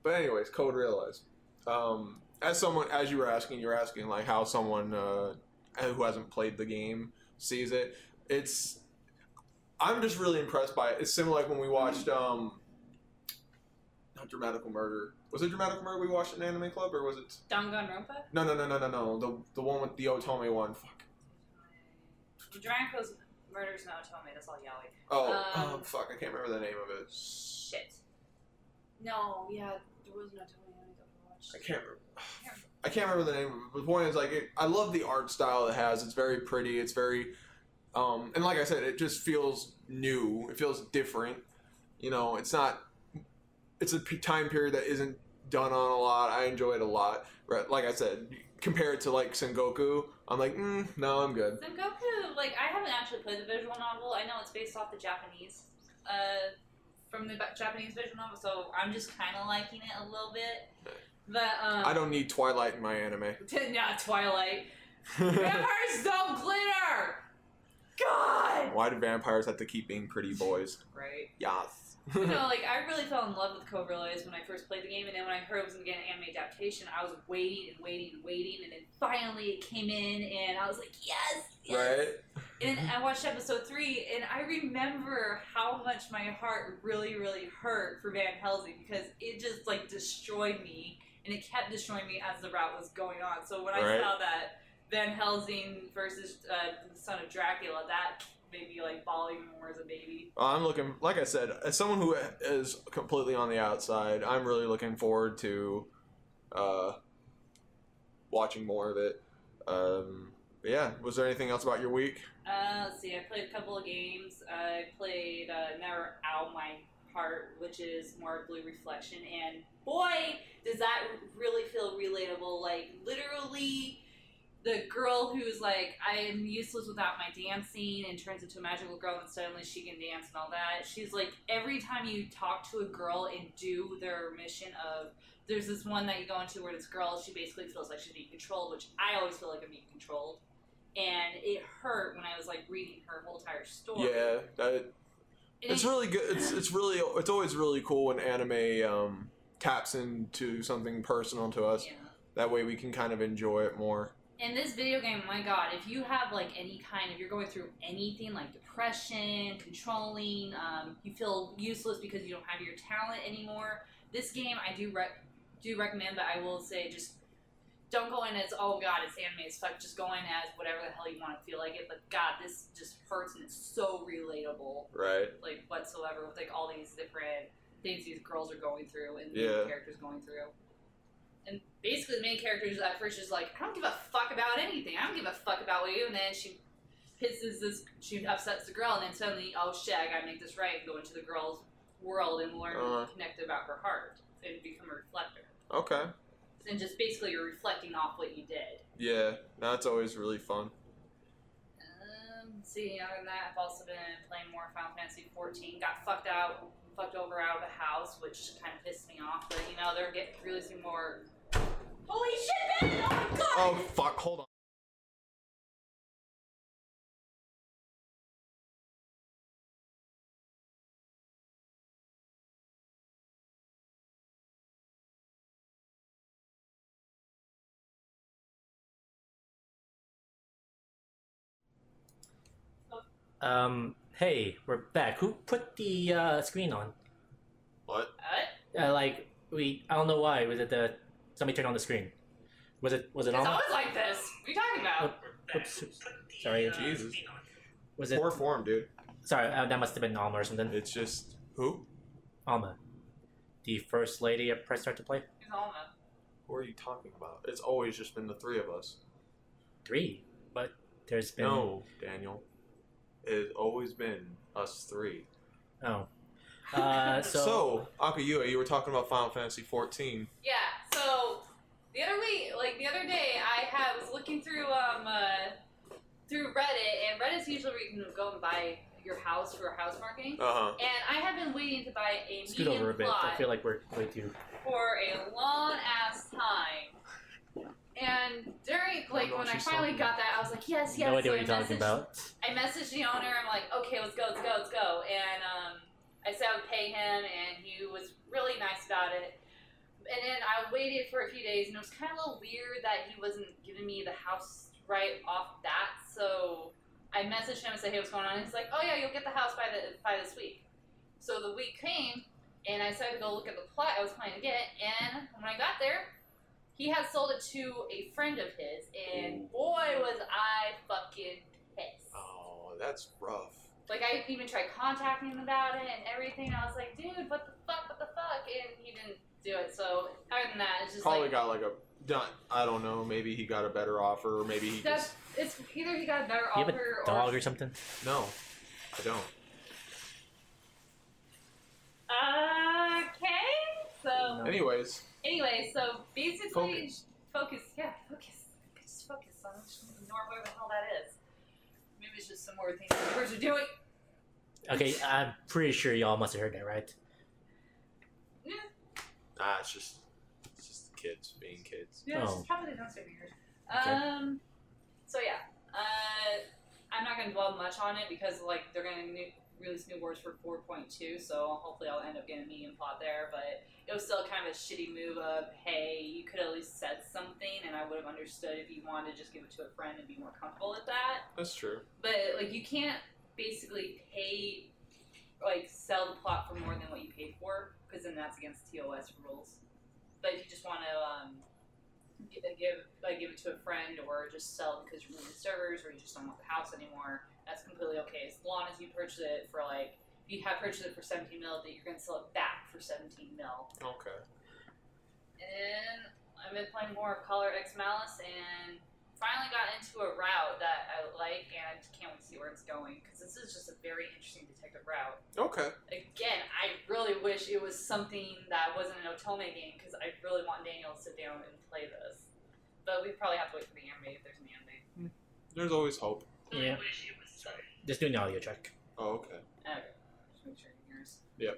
But anyways, Code Realize. Um, as someone, as you were asking, you were asking like how someone uh, who hasn't played the game sees it. It's I'm just really impressed by it. It's similar like when we watched um, not Dramatical Murder. Was it Dramatical Murder we watched in Anime Club or was it? Danganronpa. No, no, no, no, no, no. The the one with the Otome one. Fuck. Dranko's murders no Otome. That's all Yaoi. Oh, Um, um, fuck. I can't remember the name of it. Shit. No, yeah, there was no Otome. I don't watch. I can't remember. I can't remember the name. of it, But the point is, like, it, I love the art style it has. It's very pretty. It's very, um, and like I said, it just feels new. It feels different. You know, it's not. It's a p- time period that isn't done on a lot. I enjoy it a lot. Right, like I said, compare it to like Sengoku. I'm like, mm, no, I'm good. Sengoku, like I haven't actually played the visual novel. I know it's based off the Japanese, uh, from the ba- Japanese visual novel, so I'm just kind of liking it a little bit. But um, I don't need Twilight in my anime. not Twilight. Vampires don't glitter. God. point. Why do vampires have to keep being pretty boys? right? Yes. You know, like I really fell in love with Cobra Lies when I first played the game, and then when I heard it was gonna get an anime adaptation, I was waiting and waiting and waiting, and then finally it came in, and I was like, yes, yes. right? And I watched episode three, and I remember how much my heart really, really hurt for Van Helsing because it just like destroyed me, and it kept destroying me as the route was going on. So when I Right. saw that Van Helsing versus uh, the son of Dracula, that made me like bawl even more as a baby. I'm looking, like I said, as someone who is completely on the outside, I'm really looking forward to uh, watching more of it. Um, but yeah, was there anything else about your week? Uh, let's see, I played a couple of games. I played uh, Never Out My Heart, which is more Blue Reflection, and boy, does that really feel relatable. Like, literally, the girl who's like, I am useless without my dancing, and turns into a magical girl, and suddenly she can dance and all that. She's like, every time you talk to a girl and do their mission of, there's this one that you go into where this girl, she basically feels like she's being controlled, which I always feel like I'm being controlled. And it hurt when I was like reading her whole entire story. Yeah, that, And it's it- really good. It's it's really it's always really cool when anime um, taps into something personal to us. Yeah. That way, we can kind of enjoy it more. And this video game, my god, if you have like any kind, if you're going through anything like depression, controlling, um, you feel useless because you don't have your talent anymore. This game, I do rec- do recommend, but I will say just don't go in as oh god, it's anime as fuck. Just go in as whatever the hell you want to feel like it. But god, this just hurts and it's so relatable, Right. like whatsoever with like all these different things these girls are going through and the Yeah. main characters going through. And basically, the main character is at first just like, I don't give a fuck about anything. I don't give a fuck about you. And then she pisses this, she upsets the girl, and then suddenly, oh shit, I gotta make this right and go into the girl's world and learn Uh-huh. and connect about her heart and become a reflector. Okay. And just basically, you're reflecting off what you did. Yeah, that's always really fun. Um, see, other than that, I've also been playing more Final Fantasy 14. Got fucked out, fucked over out of the house, which kind of pissed me off. But you know, they're getting releasing more. Holy shit, man! Oh my god! Oh fuck! Hold on. Um, hey, we're back. Who put the uh, screen on? What? What? Uh, like we, I don't know why. Was it the somebody turned on the screen? Was it was it It's on? always like this. What are you talking about? Oops, sorry, Jesus. was it? Poor form, dude. Sorry, uh, that must have been Alma or something. It's just who? Alma, the first lady at Press Start to play It's Alma. Who are you talking about? It's always just been the three of us. three, but there's been No, Daniel. It's always been us three. Oh. Uh, so, So, Akiyua, you were talking about Final Fantasy 14. Yeah. So the other week, like the other day, I had was looking through um uh, through Reddit, and Reddit's usually where you can go and buy your house for house marketing. Uh huh. And I have been waiting to buy a scoot medium over a bit. plot. I feel like we're way too. for a long ass time. And I during, don't like, know when what I she's finally talking got that, I was like, yes, yes. no idea so what you're I talking messaged- about. I messaged the owner. I'm like, okay, let's go, let's go, let's go. And um, I said I would pay him, and he was really nice about it. And then I waited for a few days, and it was kind of a little weird that he wasn't giving me the house right off that. So I messaged him and said, hey, what's going on? And he's like, oh yeah, you'll get the house by the by this week. So the week came, and I decided to go look at the plot I was planning to get. And when I got there, he had sold it to a friend of his, and boy, was I fucking pissed. Oh, that's rough. Like I even tried contacting him about it and everything. I was like, dude, what the fuck, what the fuck, and he didn't do it. So other than that, it's just Probably like got like a. Done. I don't know. Maybe he got a better offer, or maybe he that's just. it's either he got a better You offer have or a dog or something? No, I don't. Uh, okay. So No. Anyways, anyway, so basically, Focus. focus, yeah, focus, just focus on ignore whatever the hell that is. Maybe it's just some more things the birds are doing. Okay, I'm pretty sure y'all must have heard that, right? nah, Ah, it's just. It's just the kids being kids. Yeah, Oh. she's probably downstairs. Okay. Um. So yeah, Um, uh, I I'm not gonna dwell much on it because like they're gonna new, release new words for 4.2, so hopefully I'll end up getting a medium plot there. But it was still kind of a shitty move of hey, you could at least said something, and I would have understood if you wanted to just give it to a friend and be more comfortable with that. That's true. But like you can't basically pay like sell the plot for more than what you paid for because then that's against TOS rules. But if you just want to um, gi- give like give it to a friend or just sell because you're moving servers or you just don't want the house anymore, that's completely okay as long as you purchase it for like if you have purchased it for 17 mil that you're going to sell it back for 17 mil. Okay. And I've been playing more of Color X Malice and finally got into a route that I like and I can't wait to see where it's going because this is just a very interesting detective route. Okay. Again, I really wish it was something that wasn't an Otome game because I really want Daniel to sit down and play this. But we probably have to wait for the anime if there's an anime. There's always hope. Really Yeah. wish it was something. Just doing the audio check. Oh, okay. Okay. Just make sure you hear us. Yep.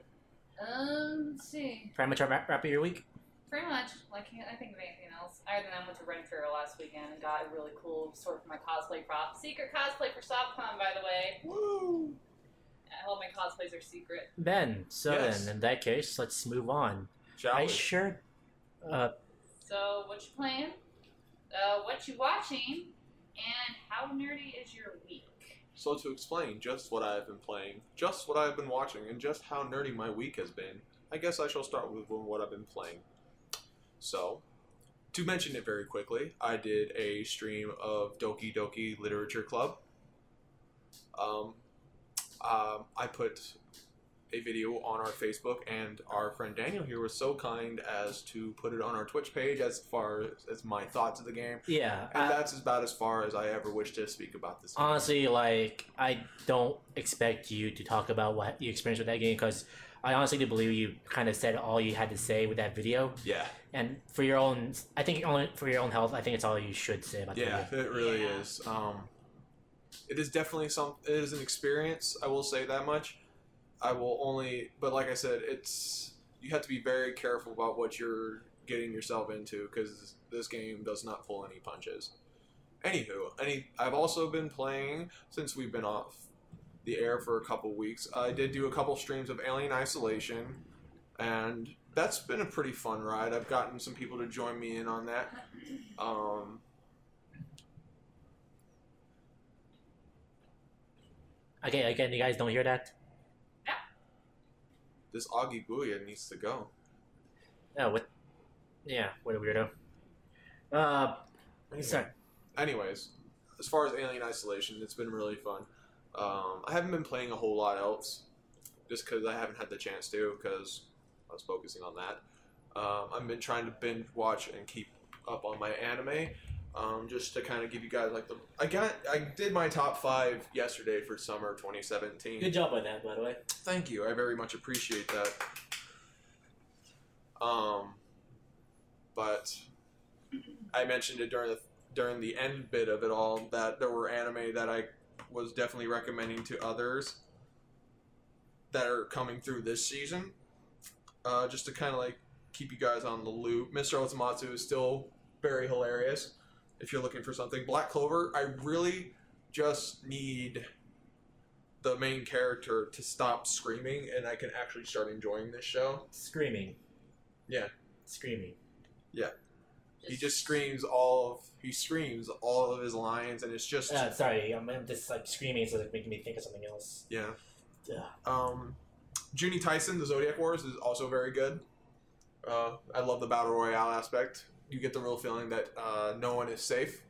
Um, let's see. Pretty much our wrap, wrap of your week. Pretty much. Like, can't I think of anything else. Other than I went to Ren Fair last weekend and got a really cool sword for my cosplay prop. Secret cosplay for SoftCon, by the way. Woo! All my cosplays are secret. Ben. So Yes. then, in that case, let's move on. Shall I we? sure. Uh, So, what you playing? Uh, what you watching? And how nerdy is your week? So to explain just what I have been playing, just what I have been watching, and just how nerdy my week has been, I guess I shall start with what I've been playing. So, to mention it very quickly, I did a stream of Doki Doki Literature Club. Um, um, I put a video on our Facebook, and our friend Daniel here was so kind as to put it on our Twitch page as far as, as my thoughts of the game. yeah. And I- that's about as far as I ever wish to speak about this. game. honestly, like I don't expect you to talk about what you experienced with that game because I honestly do believe you kind of said all you had to say with that video. yeah. And for your own, I think only for your own health, I think it's all you should say about Yeah, that. it really Yeah. is. Um, it is definitely some. It is an experience. I will say that much. I will only, but like I said, it's you have to be very careful about what you're getting yourself into because this game does not pull any punches. Anywho, any I've also been playing since we've been off the air for a couple weeks. I did do a couple streams of Alien Isolation, and that's been a pretty fun ride. I've gotten some people to join me in on that. Um, video. Okay, again, you guys don't hear that. this Augie Booyah needs to go. Oh, what? Yeah, what a weirdo. Uh, sorry. Anyways, as far as Alien Isolation, it's been really fun. Um, I haven't been playing a whole lot else, just because I haven't had the chance to, because I was focusing on that. Um, I've been trying to binge watch and keep up on my anime, um, just to kind of give you guys like the. I got I did my top five yesterday for summer 2017. Good job on that, by the way. Thank you. I very much appreciate that. Um, but I mentioned it during the during the end bit of it all that there were anime that I was definitely recommending to others that are coming through this season. Uh, just to kind of like keep you guys on the loop. Mr. Otsumatsu is still very hilarious. If you're looking for something, Black Clover, I really just need the main character to stop screaming and I can actually start enjoying this show. Screaming. Yeah. Screaming. He just screams all of he screams all of his lines and it's just Uh, sorry, I'm, I'm just like screaming, so it's making me think of something else. yeah. Ugh. Um Junie Tyson, the Zodiac Wars is also very good. Uh, I love the battle royale aspect. You get the real feeling that uh, no one is safe.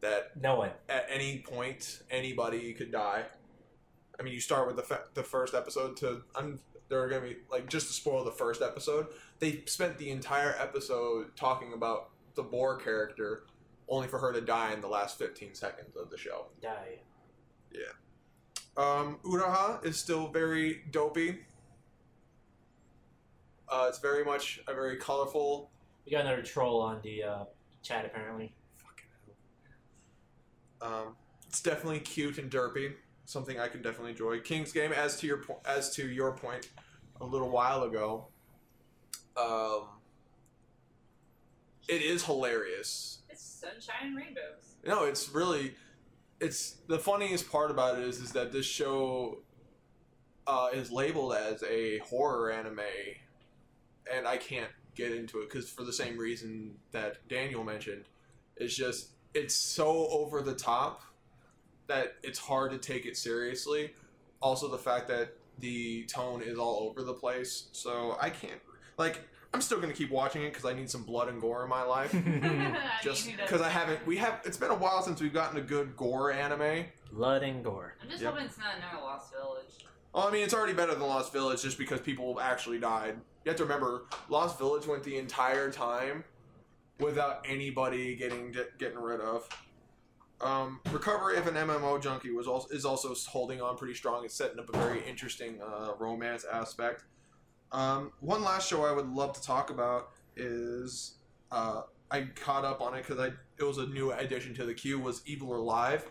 That No one. at any point anybody could die. I mean, you start with the fa- the first episode to I'm they're gonna be like just to spoil the first episode. They spent the entire episode talking about the Boar character, only for her to die in the last 15 seconds of the show. Die. Um, Uraha is still very dopey. Uh, it's very much a very colorful. We got another troll on the uh, chat apparently. Um, it's definitely cute and derpy. Something I can definitely enjoy. King's Game, as to your po- as to your point a little while ago, um, it is hilarious. It's sunshine and rainbows. No, it's really it's the funniest part about it is is that this show uh, is labeled as a horror anime, and I can't get into it because for the same reason that Daniel mentioned, it's just it's so over the top that it's hard to take it seriously. Also, the fact that the tone is all over the place, so I can't like. I'm still gonna keep watching it because I need some blood and gore in my life hmm, just because I haven't. We have. It's been a while since we've gotten a good gore anime. Blood and gore. I'm just Yep. hoping it's not another Lost Village. Well, I mean, it's already better than Lost Village just because people actually died. You have to remember, Lost Village went the entire time without anybody getting get, getting rid of. Um, Recovery of an MMO junkie was also is also holding on pretty strong. It's setting up a very interesting uh, romance aspect. Um, one last show I would love to talk about is uh, I caught up on it because I it was a new addition to the queue was Evil or Live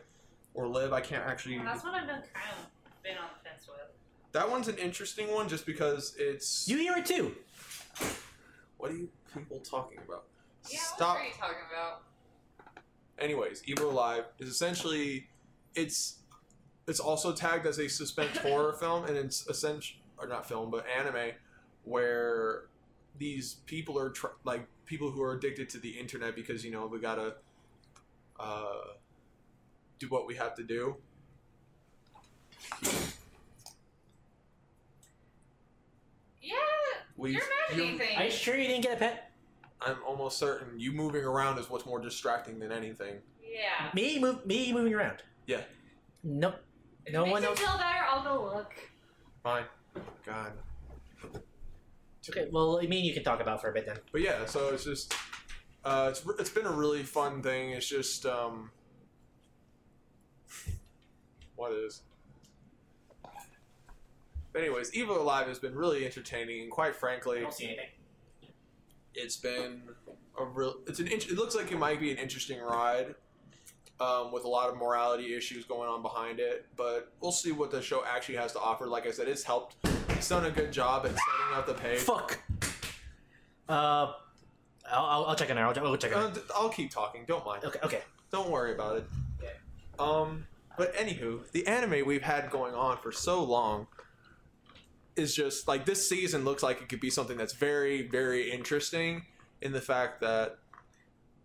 or Live. I can't actually. Well, that's what I've been kind of been on the fence with. That one's an interesting one just because it's. You hear it too. what are you people talking about? Yeah, Stop. what are you talking about? Anyways, Evil Alive is essentially. It's it's also tagged as a suspense horror film, and it's essentially. Or not film, but anime, where these people are. Tr- like, people who are addicted to the internet because, you know, we gotta. Uh, do what we have to do. Yeah, We, you're mad at you- these things. Are you sure you didn't get a pet? I'm almost certain you moving around is what's more distracting than anything. Yeah. Me move me moving around. Yeah. Nope. If No it makes one you else- feel better, I'll go look. Fine. God. Okay. Well, I mean, you can talk about it for a bit then. But yeah, so it's just uh, it's it's been a really fun thing. It's just um, what is. But anyways, Evil Alive has been really entertaining, and quite I frankly, don't see anything. it's been a real. It's an. int- It looks like it might be an interesting ride, um, with a lot of morality issues going on behind it. But we'll see what the show actually has to offer. Like I said, it's helped. It's done a good job at setting up the page. Fuck. Uh, I'll, I'll, I'll check in there. I'll, I'll check in. Uh, there. th- I'll keep talking. Don't mind. Okay. Okay. Don't worry about it. Um, but anywho, the anime we've had going on for so long is just like this season looks like it could be something that's very, very interesting in the fact that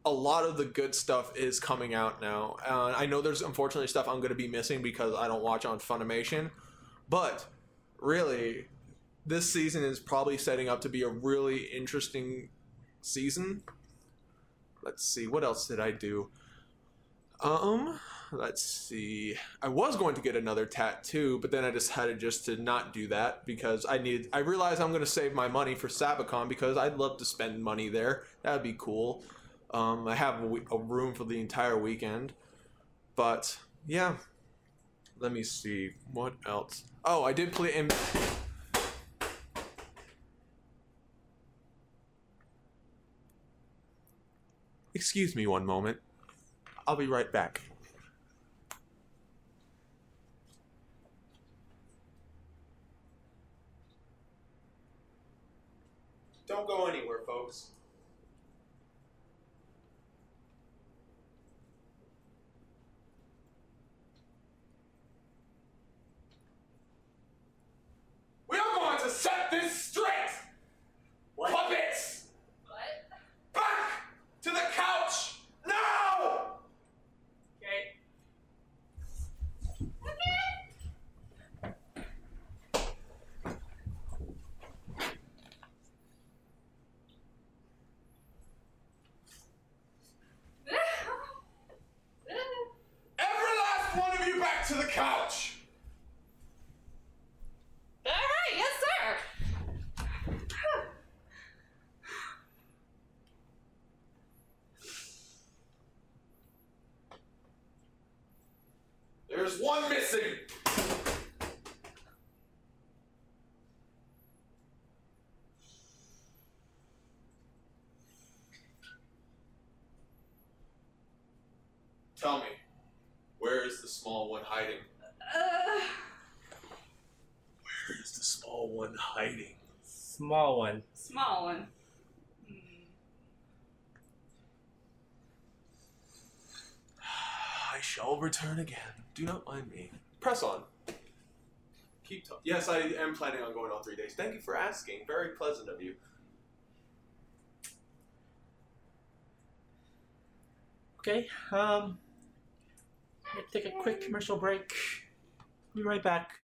a lot of the good stuff is coming out now. Uh, I know there's unfortunately stuff I'm going to be missing because I don't watch on Funimation, but really, this season is probably setting up to be a really interesting season. Let's see, what else did I do? Um, let's see. I was going to get another tattoo, but then I decided just to not do that because I needed. I realized I'm going to save my money for Sabicon because I'd love to spend money there. That would be cool. Um, I have a, we- a room for the entire weekend, but yeah. Let me see what else. Oh, I did play. In- Excuse me one moment. I'll be right back. Don't go anywhere, folks. We're going to set this straight! Puppets! What? Back to the couch! Now! Okay. Every last one of you back to the couch! All right, yes, sir. There's one missing! Tell me, where is the small one hiding? Uh, Where is the small one hiding? Small one. small one. Hmm. I I shall return again. Do not mind me. Press on. Keep talking. Yes, I am planning on going all three days. Thank you for asking. Very pleasant of you. Okay, um, I'm gonna take a quick commercial break. Be right back.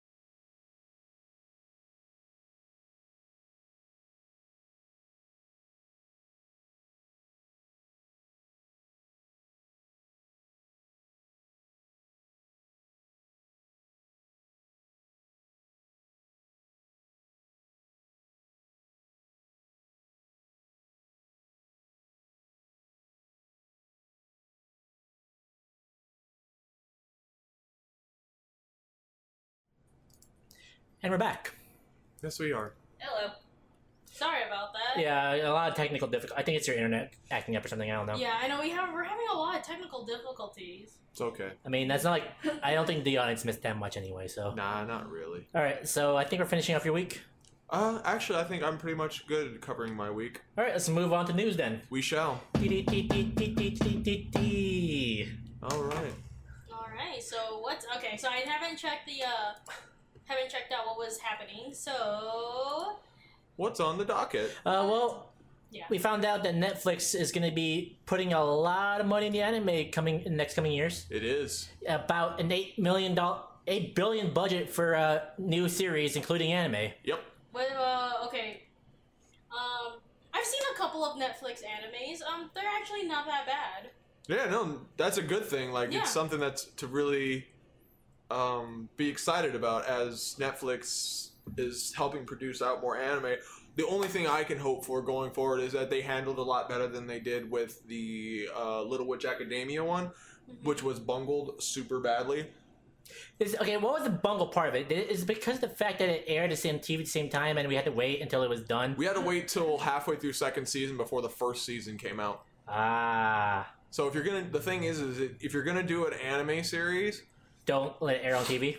And we're back. Yes, we are. Hello. Sorry about that. Yeah, a lot of technical difficulty. I think it's your internet acting up or something. I don't know. Yeah, I know we have we're having a lot of technical difficulties. It's okay. I mean, that's not like I don't think the audience missed that much anyway. So, Nah, not really. all right. So I think we're finishing off your week. Uh, actually, I think I'm pretty much good at covering my week. All right, let's move on to news then. We shall. Dee-dee-dee-dee-dee-dee-dee. All right. All right, so what's okay? So I haven't checked the uh, haven't checked out what was happening. So What's on the docket? Uh, well, yeah, we found out that Netflix is going to be putting a lot of money in the anime coming in the next coming years. It is. About an eight million dollar, eight billion budget for uh, new series, including anime. Yep. What uh, okay. Um, I've seen a couple of Netflix animes. Um, they're actually not that bad. Yeah, no, that's a good thing. Like Yeah. it's something that's to really um, be excited about as Netflix is helping produce out more anime. The only thing I can hope for going forward is that they handled a lot better than they did with the uh, Little Witch Academia one, which was bungled super badly. Is, okay, what was the bungle part of it? Is it because of the fact that it aired the same TV at the same time and we had to wait until it was done? We had to wait till halfway through second season before the first season came out. Ah, So if you're gonna, the thing is, is if you're gonna do an anime series, don't let it air on TV.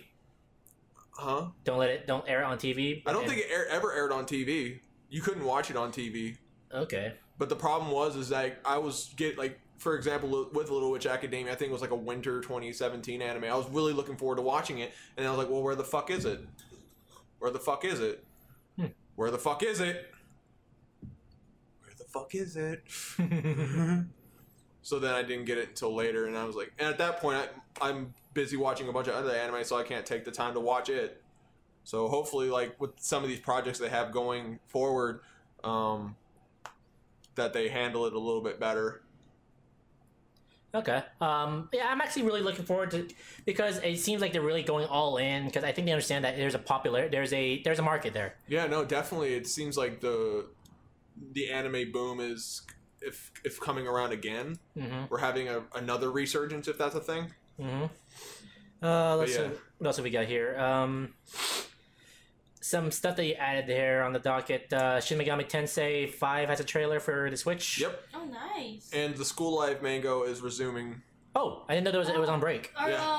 huh? Don't let it. Don't air it on TV. I don't And- think it air, ever aired on TV. You couldn't watch it on TV. Okay. But the problem was is like I was get like for example with Little Witch Academia, I think it was like a winter 2017 anime. I was really looking forward to watching it, and I was like, well, where the fuck is it? Where the fuck is it? Where the fuck is it? Where the fuck is it? so then I didn't get it until later, and I was like, and at that point I, I'm busy watching a bunch of other anime, so I can't take the time to watch it. So hopefully, like with some of these projects they have going forward, um, that they handle it a little bit better. Okay. Um, yeah, I'm actually really looking forward to because it seems like they're really going all in because I think they understand that there's a popular there's a there's a market there. Yeah, no, definitely. It seems like the the anime boom is if if coming around again. hmm We're having a, another resurgence, if that's a thing. hmm Uh, let's yeah. see, what else have we got here? Um, some stuff that you added there on the docket. Uh, Shin Megami Tensei Five has a trailer for the Switch. Yep. Oh, nice. And the school life mango is resuming. Oh, I didn't know there was it was on break. Or, yeah.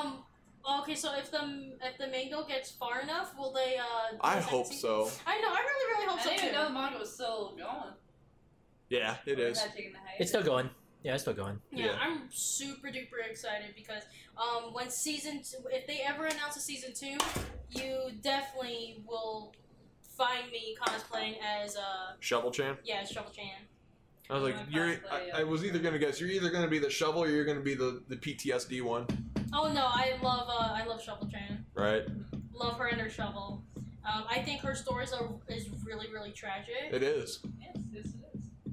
um, okay, so if the if the mango gets far enough, will they? uh do I a second hope season? so. I know. I really, really I hope so didn't too. even know the manga was still going. Yeah, it Or is. that taking the hiatus? It's still going. Yeah, it's still going. Yeah, Yeah. I'm super duper excited because um, when season two, if they ever announce a season two, you definitely will find me cosplaying as uh Shovel Chan. yeah as Shovel Chan. I was like, I'm you're. cosplay, I, I was either gonna guess you're either gonna be the shovel or you're gonna be the the PTSD one, Oh no, I love uh, I love Shovel Chan. right? Love her and her shovel. Um, I think her story is, a, is really really tragic. It is. Yes, yes, it is.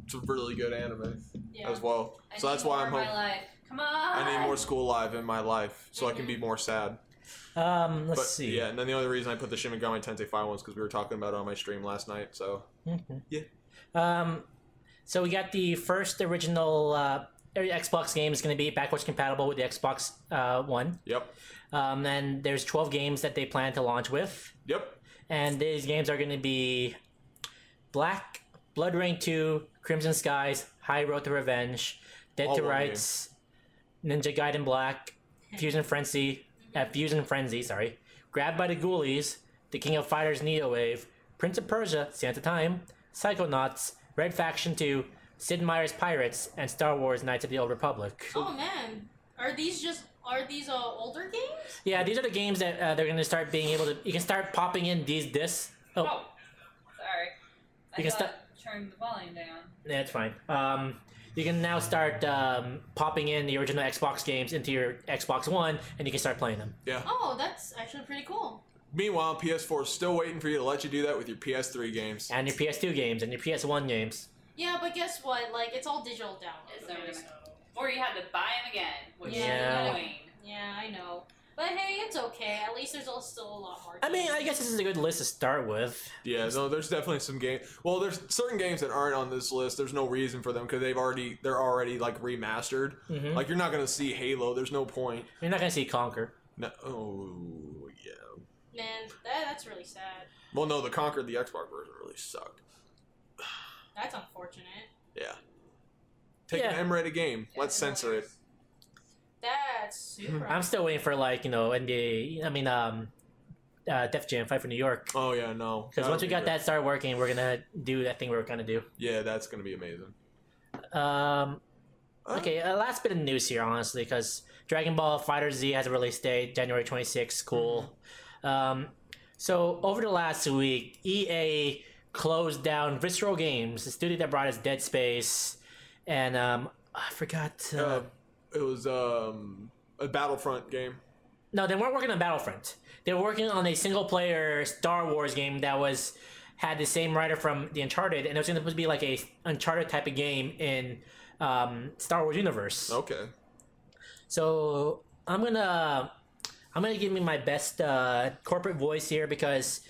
It's a really good anime Yeah. as well. I So need that's why more I'm of my hoping. life. Mm-hmm. Come on. I need more school life in my life so I can Mhm. be more sad. Um, let's But, see. Yeah, and then the only reason I put the Shin Megami Tensei 5 ones because we were talking about it on my stream last night. So Mhm. Yeah. Um, so we got the first original uh, every Xbox game is going to be backwards compatible with the Xbox uh, One. yep, Um, and there's 12 games that they plan to launch with, yep, and these games are going to be Black, Blood Rain 2, Crimson Skies, High Road to Revenge, Dead All to one Rights, Ninja Gaiden Black, Fusion Frenzy, uh, Fusion Frenzy, sorry, Grabbed by the Ghoulies, The King of Fighters Neo Wave, Prince of Persia, Santa Time, Psychonauts, Red Faction 2, Sid Meier's Pirates, and Star Wars Knights of the Old Republic. Oh man, Oh, are these just Are these uh, older games? Yeah, these are the games that uh, they're going to start being able to. You can start popping in these discs. Oh, Oh, sorry. I You can thought turn the volume down. yeah, it's fine. Um, you can now start um, popping in the original Xbox games into your Xbox One, and you can start playing them. Yeah. Oh, that's actually pretty cool. Meanwhile, PS4 is still waiting for you to let you do that with your PS3 games. And your PS2 games, and your PS1 games. Yeah, but guess what? Like, it's all digital It's download. never okay, gonna- so- Or you had to buy them again, which Yeah. is annoying. Yeah, I know. But hey, it's okay. At least there's al- still a lot more. I mean, games. I guess this is a good list to start with. Yeah, no, there's definitely some game. Well, there's certain games that aren't on this list. There's no reason for them because they've already they're already like remastered. Mhm. Like you're not gonna see Halo. There's no point. You're not going to see Conquer. No, oh yeah. man, that, that's really sad. Well, no, the Conquered the Xbox version really sucked. That's unfortunate. Yeah. Take Yeah. an M-rated game. Let's It's annoying. censor it. That's super. I'm still waiting for, like, you know, NBA. I mean, um, uh, Def Jam, Fight for New York. Oh yeah, no. Because I once we don't got think that started working, we're going to do that thing we were going to do. Yeah, that's gonna be amazing. Um, Uh, okay, uh, last bit of news here, honestly, because Dragon Ball Fighter Z has a release date, January 26th. Cool. Um, so over the last week, EA closed down Visceral Games, the studio that brought us Dead Space, and um, I forgot. Uh, Uh, it was um a Battlefront game. no, they weren't working on Battlefront. They were working on a single-player Star Wars game that was had the same writer from the Uncharted, and it was going to be like a Uncharted type of game in um, Star Wars universe. Okay. So I'm gonna I'm gonna give me my best uh, corporate voice here because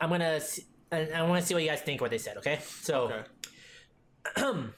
I'm gonna s- I, I want to see what you guys think what they said. Okay, so. Okay.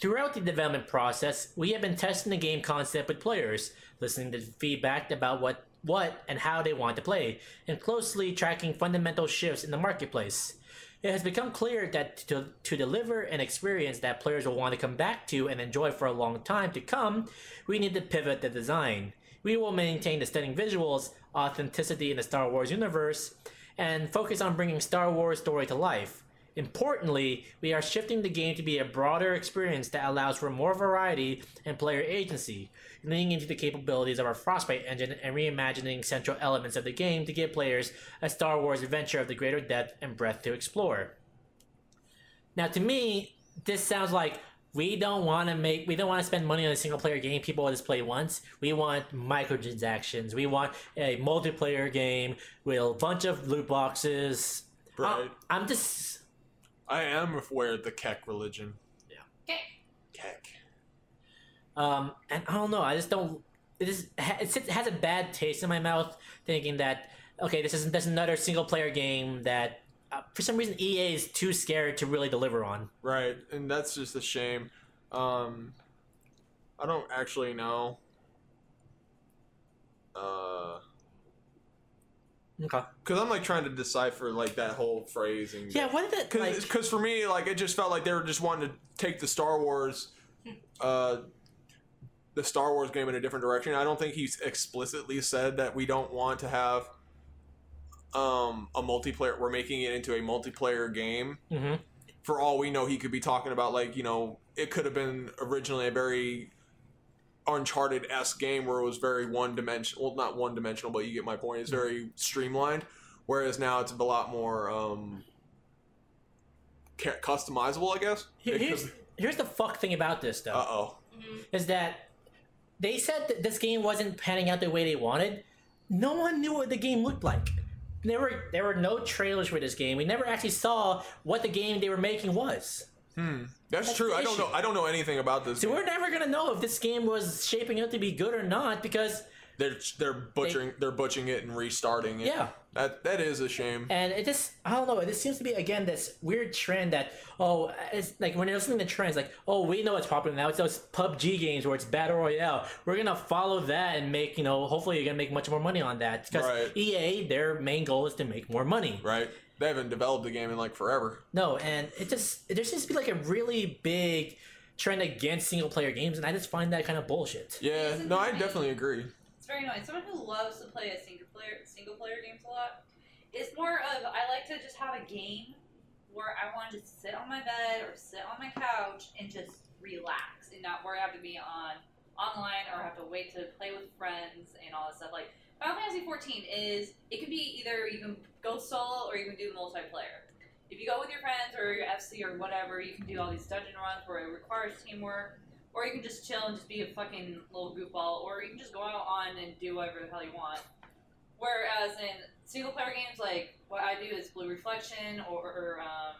Throughout the development process, we have been testing the game concept with players, listening to feedback about what, what and how they want to play, and closely tracking fundamental shifts in the marketplace. It has become clear that to, to deliver an experience that players will want to come back to and enjoy for a long time to come, we need to pivot the design. We will maintain the stunning visuals, authenticity in the Star Wars universe, and focus on bringing Star Wars story to life. Importantly, we are shifting the game to be a broader experience that allows for more variety and player agency, leaning into the capabilities of our Frostbite engine and reimagining central elements of the game to give players a Star Wars adventure of the greater depth and breadth to explore. Now, to me, this sounds like we don't want to make we don't want to spend money on a single player game people will just play once we want microtransactions we want a multiplayer game with a bunch of loot boxes Right. I- i'm just I am aware of the Keck religion. Okay. Keck. Um, and I don't know. I just don't. It just ha- it sits- has a bad taste in my mouth thinking that okay, this is that's another single player game that uh, for some reason EA is too scared to really deliver on. Right, and that's just a shame. Um, I don't actually know. Uh, Okay. cause I'm like trying to decipher like that whole phrase and Yeah. What did that cause, like? 'cause for me like it just felt like they were just wanting to take the Star Wars, uh, the Star Wars game in a different direction. I don't think he's explicitly said that we don't want to have um a multiplayer. We're making it into a multiplayer game hmm for all we know, he could be talking about like you know it could have been originally a very uncharted s game where it was very one dimensional. Well, not one dimensional, but you get my Mm-hmm. point. It's very streamlined. Whereas now it's a lot more um, ca- customizable, I guess. Here's here's the fuck thing about this though Uh oh. Mhm. is that they said that this game wasn't panning out the way they wanted. No one knew what the game looked like. There were there were no trailers for this game. We never actually saw what the game they were making was. That's, That's true. the I don't issue. know. I don't know anything about this. So game. we're never gonna know if this game was shaping up to be good or not because They're they're butchering they're butchering it and restarting it. Yeah. That that is a shame. and it just I don't know. It just seems to be again this weird trend that oh it's like when you're listening to trends like oh we know what's popular now it's those PUBG games where it's battle royale. We're gonna follow that and make you know hopefully you're gonna make much more money on that because Right. EA their main goal is to make more money. Right. They haven't developed the game in like forever. No, and it just there seems to be like a really big trend against single player games and I just find that kind of bullshit. Yeah. Isn't No, I it- definitely agree. It's very annoying. Someone who loves to play a single player single player games a lot is more of I like to just have a game where I want to sit on my bed or sit on my couch and just relax and not worry I have to be on online or have to wait to play with friends and all that stuff. Like Final Fantasy 14 is it can be either you can go solo or you can do multiplayer. If you go with your friends or your FC or whatever, you can do all these dungeon runs where it requires teamwork, or you can just chill and just be a fucking little goofball, or you can just go out on and do whatever the hell you want. Whereas in single player games, like what I do is Blue Reflection or um,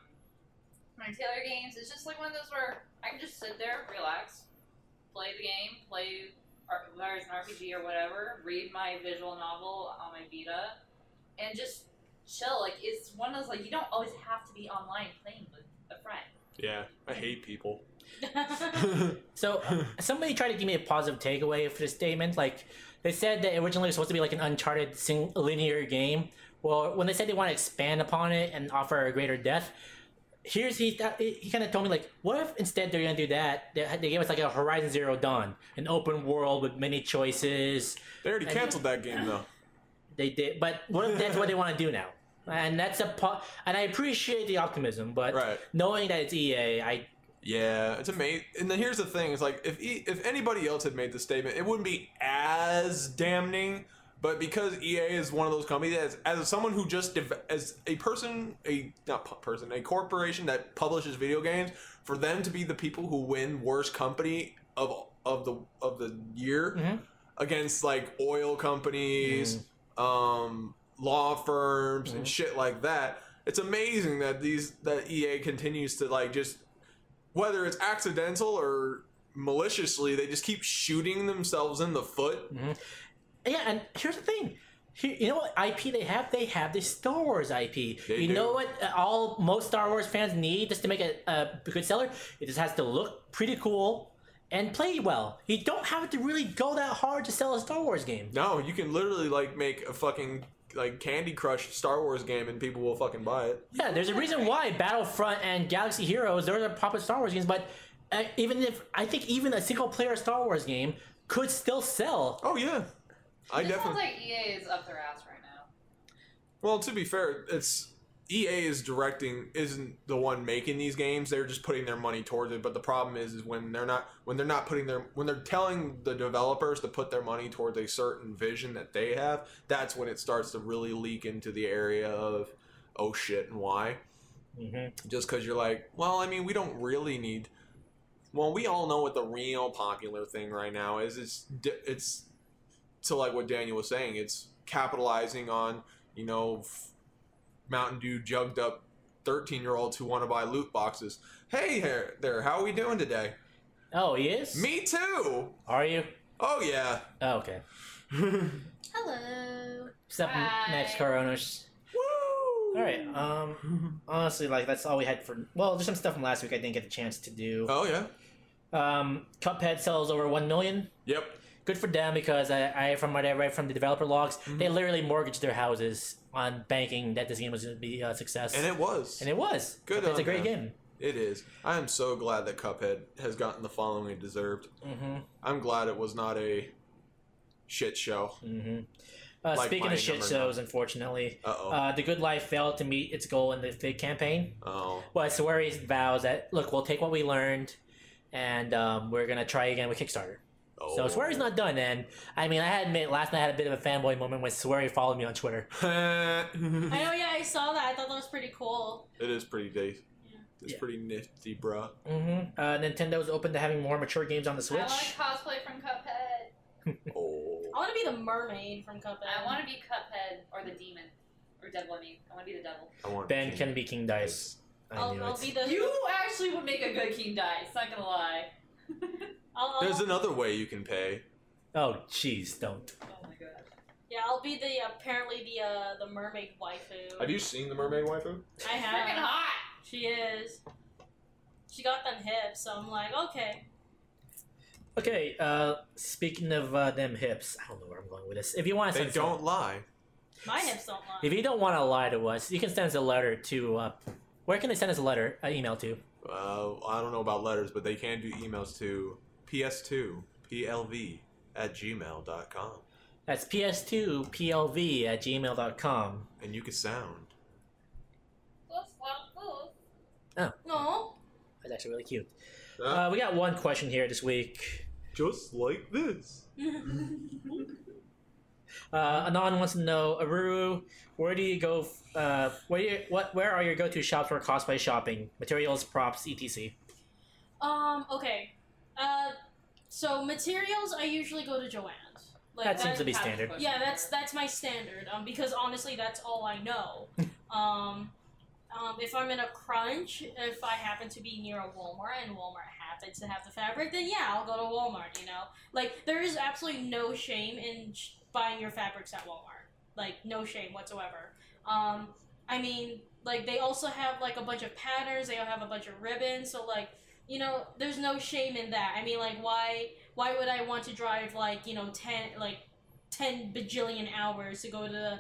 my Taylor games, it's just like one of those where I can just sit there, relax, play the game, play or whether it's an RPG or whatever, read my visual novel on my Vita, and just chill. Like it's one of those like you don't always have to be online playing with a friend. Yeah, I hate people. So uh, somebody tried to give me a positive takeaway for this statement. Like they said that originally it was supposed to be like an Uncharted sing- linear game. Well, when they said they want to expand upon it and offer a greater depth, here's he th- he kind of told me like, what if instead they're gonna do that? They, they gave us like a Horizon Zero Dawn, an open world with many choices. They already I- canceled that game though. They did, but what if that's what they want to do now? And that's a po- and I appreciate the optimism, but Right. knowing that it's EA, I Yeah, it's amazing. And then here's the thing: is like if e- if anybody else had made the statement, it wouldn't be as damning. But because EA is one of those companies, as, as someone who just dev- as a person, a not pu- person, a corporation that publishes video games, for them to be the people who win worst company of of the of the year Mhm. against like oil companies, um, law firms, and shit like that. It's amazing that these that EA continues to like just whether it's accidental or maliciously, they just keep shooting themselves in the foot. Yeah, and here's the thing. Here- You know what IP they have? They have the Star Wars IP. They you do. know what uh, all most Star Wars fans need just to make a, a good seller? It just has to look pretty cool and play well. You don't have to really go that hard to sell a Star Wars game. No, you can literally like make a fucking like Candy Crush Star Wars game and people will fucking buy it. Yeah, there's a reason why Battlefront and Galaxy Heroes those are popular Star Wars games, but uh, even if I think even a single player Star Wars game could still sell. Oh yeah. I It sounds definitely like EA is up their ass right now. Well, to be fair, it's EA is directing isn't the one making these games. They're just putting their money towards it. But the problem is, is when they're not when they're not putting their when they're telling the developers to put their money towards a certain vision that they have. That's when it starts to really leak into the area of oh shit and why. Just because you're like, well, I mean, we don't really need. Well, we all know what the real popular thing right now is. It's di- it's to like what Daniel was saying. It's capitalizing on you know, f- Mountain Dew jugged up 13 year olds who want to buy loot boxes. Hey there, there, how are we doing today? Oh, he is? Me too! Are you? Oh, yeah. Oh, okay. Hello. Except Hi. Max Coronas. Woo! All right. Um. Honestly, like that's all we had for. Well, there's some stuff from last week I didn't get the chance to do. Oh, yeah. Um. Cuphead sells over one million. Yep. Good for them because I, I from what I read from the developer logs, Mm-hmm. they literally mortgaged their houses on banking that this game was going to be a success. And it was. And it was. Good It's a on great them. game. it is. I am so glad that Cuphead has gotten the following it deserved. Mm-hmm. I'm glad it was not a shit show. Mm-hmm. Uh, Like speaking my of shit number Oh. shows, unfortunately, Uh-oh. uh, the Good Life failed to meet its goal in the Fig campaign. oh. Well, Sawari vows that look, we'll take what we learned, and um, we're gonna try again with Kickstarter. Oh. So Sweary's not done, and I mean, I had to admit last night I had a bit of a fanboy moment when Swery followed me on Twitter. I it know, yeah, I saw that. I thought that was pretty cool. Oh. is pretty deep. It's Yeah. pretty nifty, bruh. Mm-hmm. Uh, Nintendo's open to having more mature games on the I Switch. like cosplay from Cuphead. Oh. I want to be the mermaid from Cuphead. I want to be Cuphead or the demon or devil. I mean, I want to be the devil. I want ben to- can be King Dice. I I'll, knew I'll it. be the. You actually would make a good King Dice. Not gonna lie. I'll, I'll, There's another way you can pay. Oh, jeez, don't. Oh my god. Yeah, I'll be the apparently the uh, the mermaid waifu. you seen the Mermaid Waifu? Freaking I have. hot. She is. She got them hips, so I'm like, okay. Okay. Uh, speaking of uh, them hips, I don't know where I'm going with this. If you want to They send, some- don't lie. My hips don't lie. if you don't want to lie to us, you can send us a letter to. Uh, where can they send us a letter? An email to? Uh, I don't know about letters, but they can do emails to ps2plv at gmail.com. That's ps2plv at gmail.com. And you can sound. No. That's actually really cute. Uh, Uh, we got one question here this week. just like this. Uh, Anon wants to know, Aruru, where do you go? f- Uh, where you, what? Where are your go-to shops for cosplay shopping? Materials, props, etc. Um. Okay. Uh. So materials, I usually go to Joanne's. Like That seems to be standard. Yeah, that's that's my standard. Um, because honestly, that's all I know. um, um, if I'm in a crunch, if I happen to be near a Walmart and Walmart happens to have the fabric, then yeah, I'll go to Walmart. You know, like there is absolutely no shame in sh- buying your fabrics at Walmart. Like no shame whatsoever. Um, I mean, like they also have like a bunch of patterns. They have a bunch of ribbons. So like, you know, there's no shame in that. I mean, like why why would I want to drive like you know ten like 10 bajillion hours to go to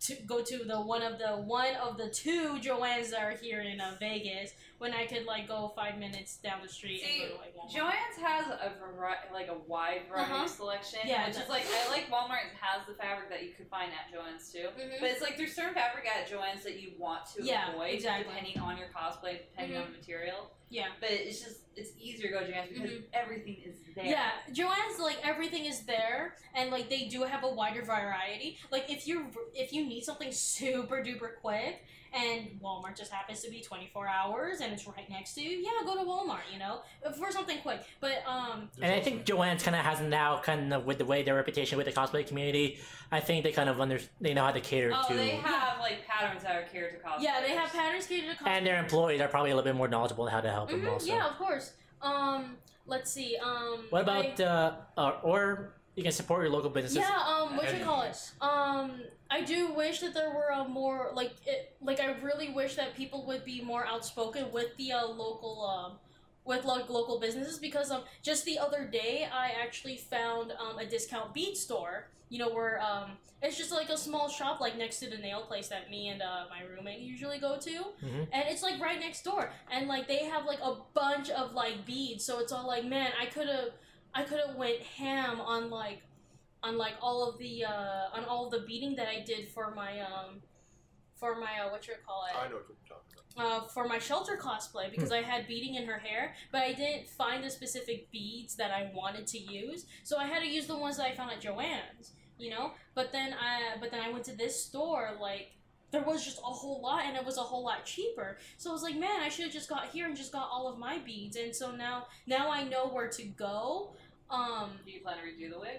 to go to the one of the one of the two Joanne's that are here in uh, Vegas when I could like go five minutes down the street See, and go to like Walmart. Joann's has a variety, like a wide variety Uh-huh. of selection, Yeah, which it is does. like I like Walmart has the fabric that you could find at Joann's too. Mhm. But it's like there's certain fabric at Joann's that you want to Yeah, avoid exactly. depending on your cosplay, depending Mhm. on the material. yeah. But it's just it's easier to go to Joann's because everything is there. Yeah, Joanne's like everything is there, and like they do have a wider variety. Like if you if you need something super duper quick, and Walmart just happens to be twenty four hours, and it's right next to you, yeah, go to Walmart. You know, for something quick. But um, And I think Joanne's kind of has now kind of with the way their reputation with the cosplay community, I think they kind of under they know how to cater Oh, to, they have like patterns that are catered to cosplay. yeah, they have patterns catered to. and their employees are probably a little bit more knowledgeable in how to help Mhm, them also. Yeah, of course. Um, let's see. Um, What about I, uh, uh, or you can support your local businesses? yeah? Um, what you Heavy call it? use. Um, I do wish that there were a more like it, like I really wish that people would be more outspoken with the uh, local um with like local businesses because um just the other day I actually found um a discount bead store. You know where um it's just like a small shop like next to the nail place that me and uh, my roommate usually go to Mhm. and it's like right next door and like they have like a bunch of like beads so it's all like man i could have i could have went ham on like on like all of the uh on all of the beading that i did for my um for my uh, what you call it I know what you're talking about. uh, for my shelter cosplay because I had beading in her hair, but I didn't find the specific beads that I wanted to use, so I had to use the ones that I found at Joann's, you know. But then I, but then I went to this store, like there was just a whole lot, and it was a whole lot cheaper. So I was like, man, I should have just got here and just got all of my beads, and so now now I know where to go. Um, Do you plan to redo the wig?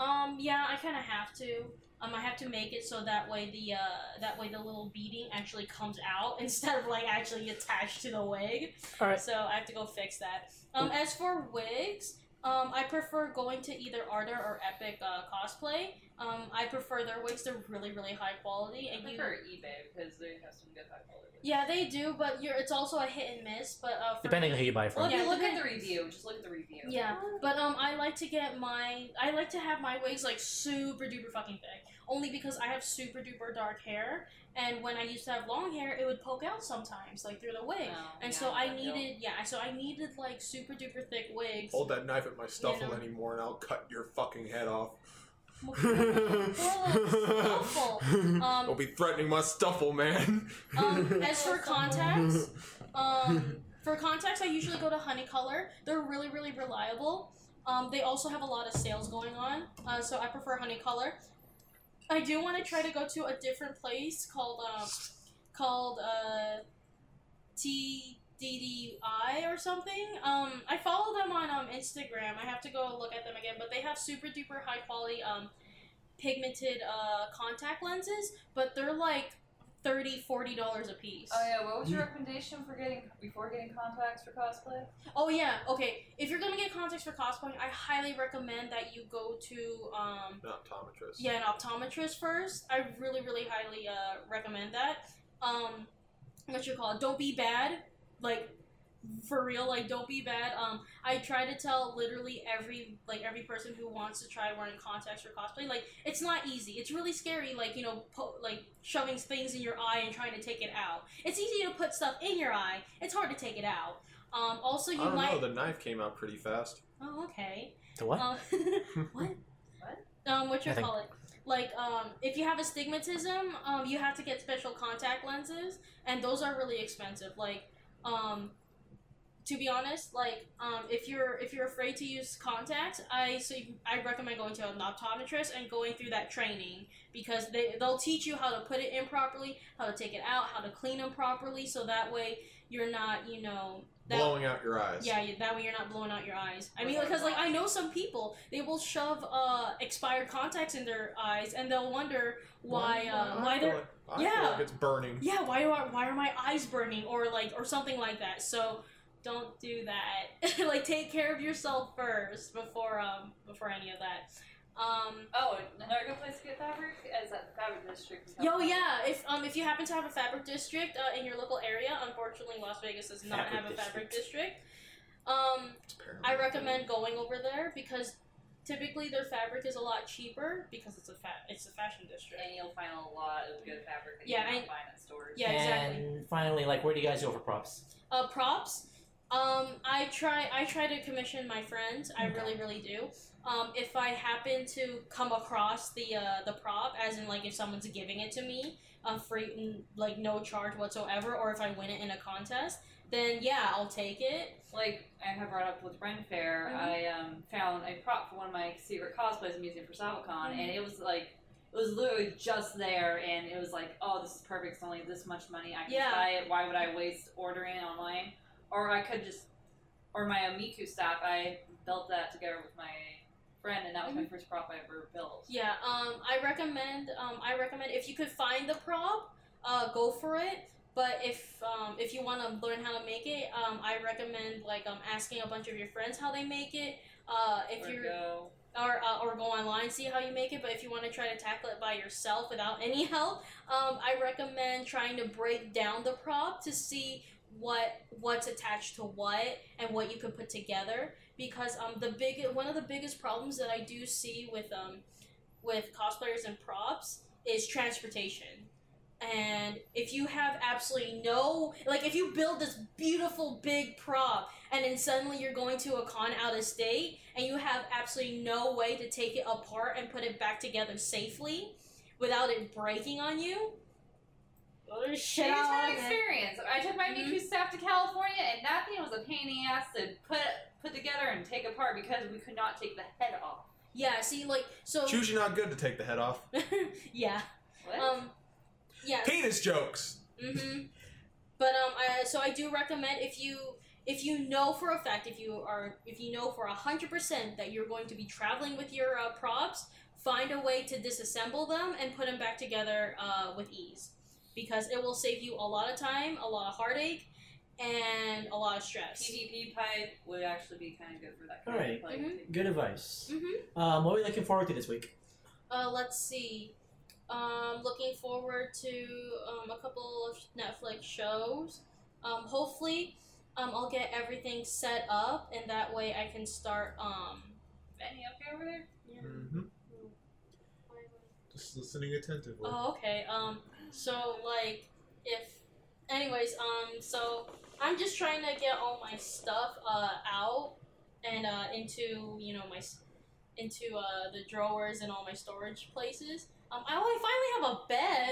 um, yeah, I kind of have to. Um, I have to make it so that way the uh, that way the little beading actually comes out instead of like actually attached to the wig. All right. So I have to go fix that. Um, as for wigs, um, I prefer going to either Ardor or Epic uh, Cosplay. Um, I prefer their wigs; they're really, really high quality, I and you. prefer eBay because they have some good high quality. wigs. Yeah, they do, but you're, it's also a hit and miss. But uh, for Depending on who you buy it Well, from. if Yeah, you look at depends. the review, just look at the review. Yeah, but um, I like to get my I like to have my wigs like super duper fucking thick, only because I have super duper dark hair, and when I used to have long hair, it would poke out sometimes, like through the wig, Oh, and yeah, so I that deal. needed yeah, so I needed like super duper thick wigs. Hold that knife at my stuffle know. anymore, and I'll cut your fucking head off. Awful. Um, Don't be threatening my stuffle, man. Um, as for contacts, um, for contacts, I usually go to Honey Color. They're really, really reliable. Um, they also have a lot of sales going on, uh, so I prefer Honey Color. I do want to try to go to a different place called um, called uh, TDDI or something. Um, I follow them on um, Instagram. I have to go look at them again, but they have super duper high quality um, pigmented uh, contact lenses, but they're like 30 $40 a piece. Oh yeah, what was your recommendation for getting before getting contacts for cosplay? Oh yeah, okay. If you're gonna get contacts for cosplaying, I highly recommend that you go to um Not optometrist. yeah an optometrist first. I really really highly uh, recommend that. Um, what you call it? Don't be bad, like for real. Like don't be bad. Um, I try to tell literally every like every person who wants to try wearing contacts for cosplay. Like it's not easy. It's really scary. Like you know, po- like shoving things in your eye and trying to take it out. It's easy to put stuff in your eye. It's hard to take it out. Um, also, you I don't might. know. The knife came out pretty fast. Oh, okay. The what? Um, what? What? Um, what you Nothing. call it? Like, um, if you have astigmatism, um, you have to get special contact lenses, and those are really expensive. Like, um, to be honest, like um, if you're if you're afraid to use contacts, I so you, I recommend going to an optometrist and going through that training because they they'll teach you how to put it in properly, how to take it out, how to clean them properly, so that way you're not you know that blowing out your eyes. yeah you, that way you're not blowing out your eyes. I mean because like I know some people they will shove uh, expired contacts in their eyes and they'll wonder why uh, why they're I yeah. feel like it's burning. yeah why are why are my eyes burning or like or something like that so don't do that like take care of yourself first before um before any of that um Oh, another good place to get fabric is at the fabric district. in yo California. yeah if um if you happen to have a fabric district uh, in your local area unfortunately las vegas does not Fabric have a fabric district. district um It's paramount. i recommend going over there because typically their fabric is a lot cheaper because it's a fa- it's a fashion district And you'll find a lot of good fabric that you Yeah, I- can find at stores. Yeah, exactly. And finally, like, where do you guys go for props? uh, props. Um, I try I try to commission my friends. I Okay. really really do. Um, if I happen to come across the uh, the prop, as in like if someone's giving it to me, um, free n- like no charge whatsoever, or if I win it in a contest, then yeah, I'll take it. Like I had brought up with Ren Fair, Mhm. I um, found a prop for one of my secret cosplays in the museum for Savicon, Mm-hmm. and it was like it was literally just there, and it was like, oh, this is perfect. It's only this much money. I can Yeah. buy it. Why would I waste ordering it online? Or I could just, or my Amiku staff. I built that together with my friend, and that was my first prop I ever built. Mm-hmm. Yeah. Um, I recommend um, I recommend if you could find the prop, uh, go for it. But if um, if you want to learn how to make it, um, I recommend like um, asking a bunch of your friends how they make it. Uh, if Or you're go- or, uh, or go online see how you make it but if you want to try to tackle it by yourself without any help um, i recommend trying to break down the prop to see what what's attached to what and what you could put together because um, the big one of the biggest problems that i do see with um, with cosplayers and props is transportation and if you have absolutely no like if you build this beautiful big prop and then suddenly you're going to a con out of state and you have absolutely no way to take it apart and put it back together safely without it breaking on you go to shit It is out an of it. experience. I took my Mhm. mm staff to California, and that thing was a pain in the ass to put put together and take apart because we could not take the head off. yeah see like so It's usually not good to take the head off. yeah What? um yeah Penis jokes. Mm-hmm. But um, I, so I do recommend if you if you know for a fact if you are if you know for a hundred percent that you're going to be traveling with your uh, props, find a way to disassemble them and put them back together uh, with ease, because it will save you a lot of time, a lot of heartache, and a lot of stress. PvP pipe would actually be kind of good for that. Kind Alright. Of, like, Mhm. Good advice. Mhm. Um, what are we looking forward to this week? Uh, let's see. Um, looking forward to um, a couple of Netflix shows. Um, hopefully, um, I'll get everything set up, and that way I can start. Um, Benny, okay over there? Mm-hmm. Just listening attentively. oh, okay. Um, so like, if, anyways, um, so I'm just trying to get all my stuff uh out and uh into you know my s- into uh the drawers and all my storage places. Um, I oh, I finally have a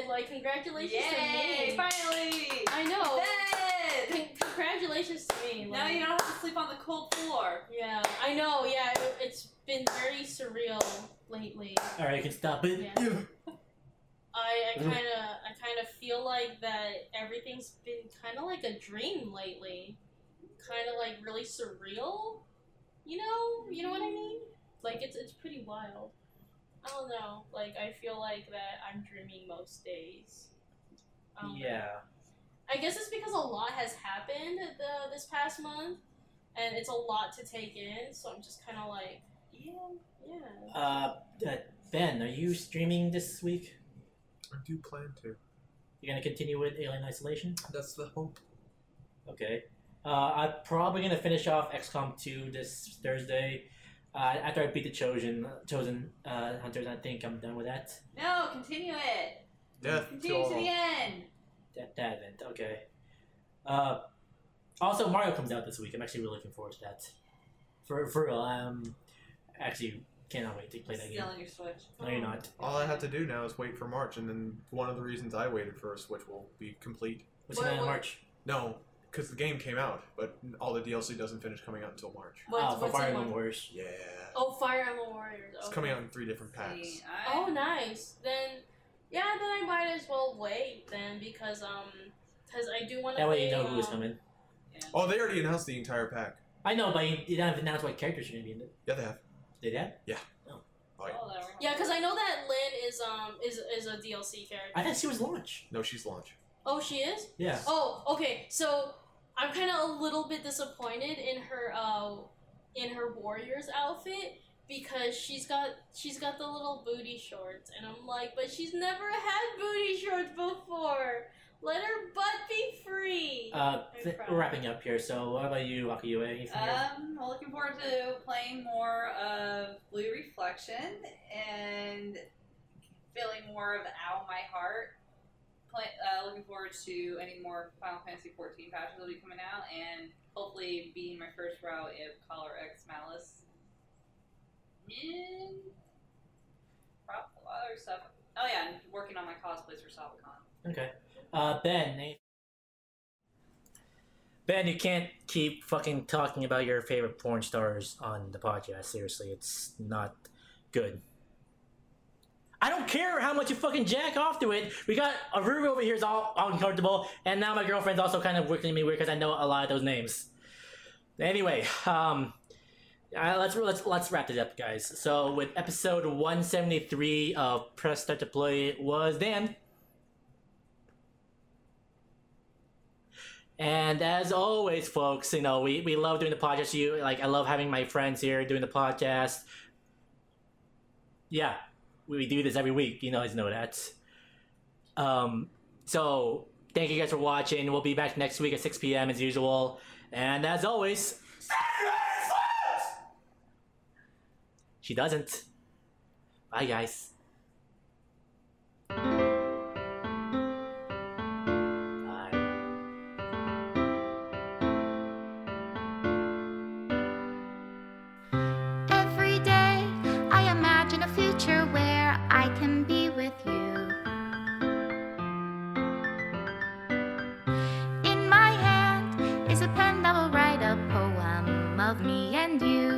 bed. Like, congratulations to me. Yay! Finally. I know. Bed! Con- Congratulations to me. Now like- you don't have to sleep on the cold floor. Yeah, I know. Yeah, it, it's been very surreal lately. All right, I can stop it. Yeah. I Mm-hmm. I kind of I kind of feel like that everything's been kind of like a dream lately. Kind of like really surreal. You know, you know Mm-hmm. what I mean? Like it's it's pretty wild. I don't know. Like I feel like that I'm dreaming most days. I don't know. Yeah. I guess it's because a lot has happened the, this past month, and it's a lot to take in. So I'm just kind of like, yeah, yeah. Uh, uh, Ben, are you streaming this week? I do plan to. You're gonna continue with Alien Isolation? That's the hope. Okay. Uh, I'm probably gonna finish off XCOM 2 this Thursday. Uh, after I beat the Chosen, Chosen uh, Hunters, I think I'm done with that. No, continue it. Death to Continue to all. the end. That, that event, okay. Uh, also, Mario comes out this week. I'm actually really looking forward to that. For for real, I'm actually cannot wait to play that game. Still on your switch. No, you're not. All I have to do now is wait for March, and then one of the reasons I waited for a Switch will be complete. What's going What- on in what- March? No, because the game came out, but all the DLC doesn't finish coming out until March. oh, What's, for what's Fire in Emblem one? Warriors. Yeah, Oh, Fire Emblem Warriors. it's okay. coming out in three different packs. See, I, Oh, nice. Then, yeah, then I might as well wait then because um, because I do um, want to. That way you know who is coming. Oh, they already announced the entire pack. I know, but you didn't have announced what characters are going to be in it. Yeah, they have. Did that? oh, there we go. Yeah, because I know that Lynn is um is is a DLC character. I thought she was launch. No, she's launch. oh, she is. Yeah. Oh, okay. So I'm kind of a little bit disappointed in her uh in her warriors outfit because she's got she's got the little booty shorts and I'm like, but she's never had booty shorts before. Let her butt be free. Uh, th- proud. Uh, we're wrapping up here. So, what about you, Akiyue? Anything here? Um, well, looking forward to playing more of Blue Reflection and feeling more of Ow My Heart. Play, uh, looking forward to any more Final Fantasy XIV patches that'll be coming out, and hopefully being my first route of Collar X Malice. And probably other stuff. Oh yeah, and working on my cosplays for Salvicon. Okay. Uh, Ben. any- Ben, you can't keep fucking talking about your favorite porn stars on the podcast. Seriously, it's not good. I don't care how much you fucking jack off to it. We got a Aruba over here is all all uncomfortable, and now my girlfriend's also kind of looking at me weird because I know a lot of those names. Anyway, um, uh, let's let's let's wrap it up, guys. So with episode 173 of Press Start to Play was Dan. And as always, folks, you know, we, we love doing the podcast. You like, I love having my friends here doing the podcast. Yeah, we, we do this every week. You guys know that. Um, so thank you guys for watching. We'll be back next week at 6 p.m. as usual. And as always, she doesn't. Bye, guys. Bye. Every day, I imagine a future where I can be with you. In my hand is a pen that will write a poem of me and you.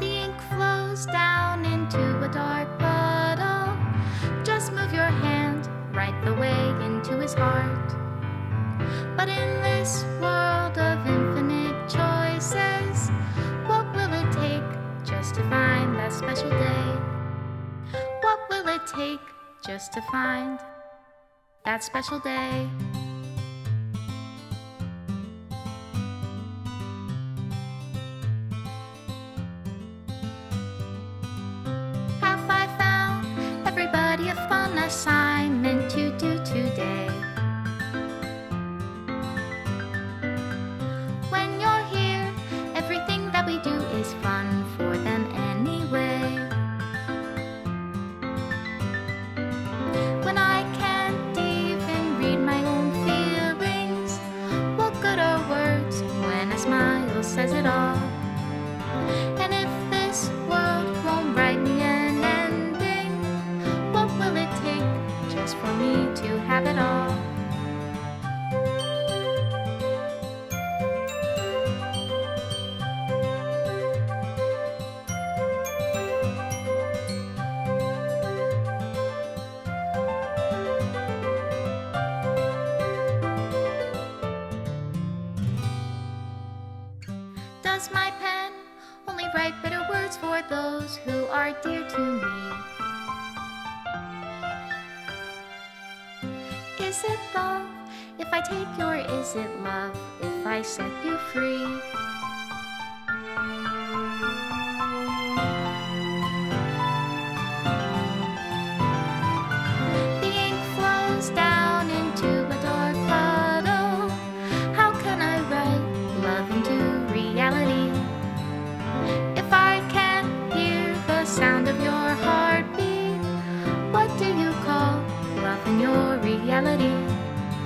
The ink flows down into a dark puddle. Just move your hand right the way into his heart. But in this world of infinite choices, what will it take just to find that special day? What will it take just to find that special day? Have I found everybody a fun assignment to do today? When you're here, everything that we do is fun for them anyway. When I can't even read my own feelings, what good are words when a smile says it all? And if this world won't write me an ending, what will it take just for me to have it all? Does my pen only write bitter words for those who are dear to me? Is it love if I take you, or is it love if I set you free? The ink flows down into a dark puddle. How can I write love into reality if I can't hear the sound of your heartbeat? What do you call love in your reality?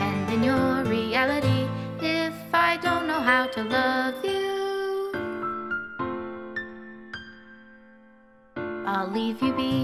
And in your reality, if I don't know how to love you, I'll leave you be.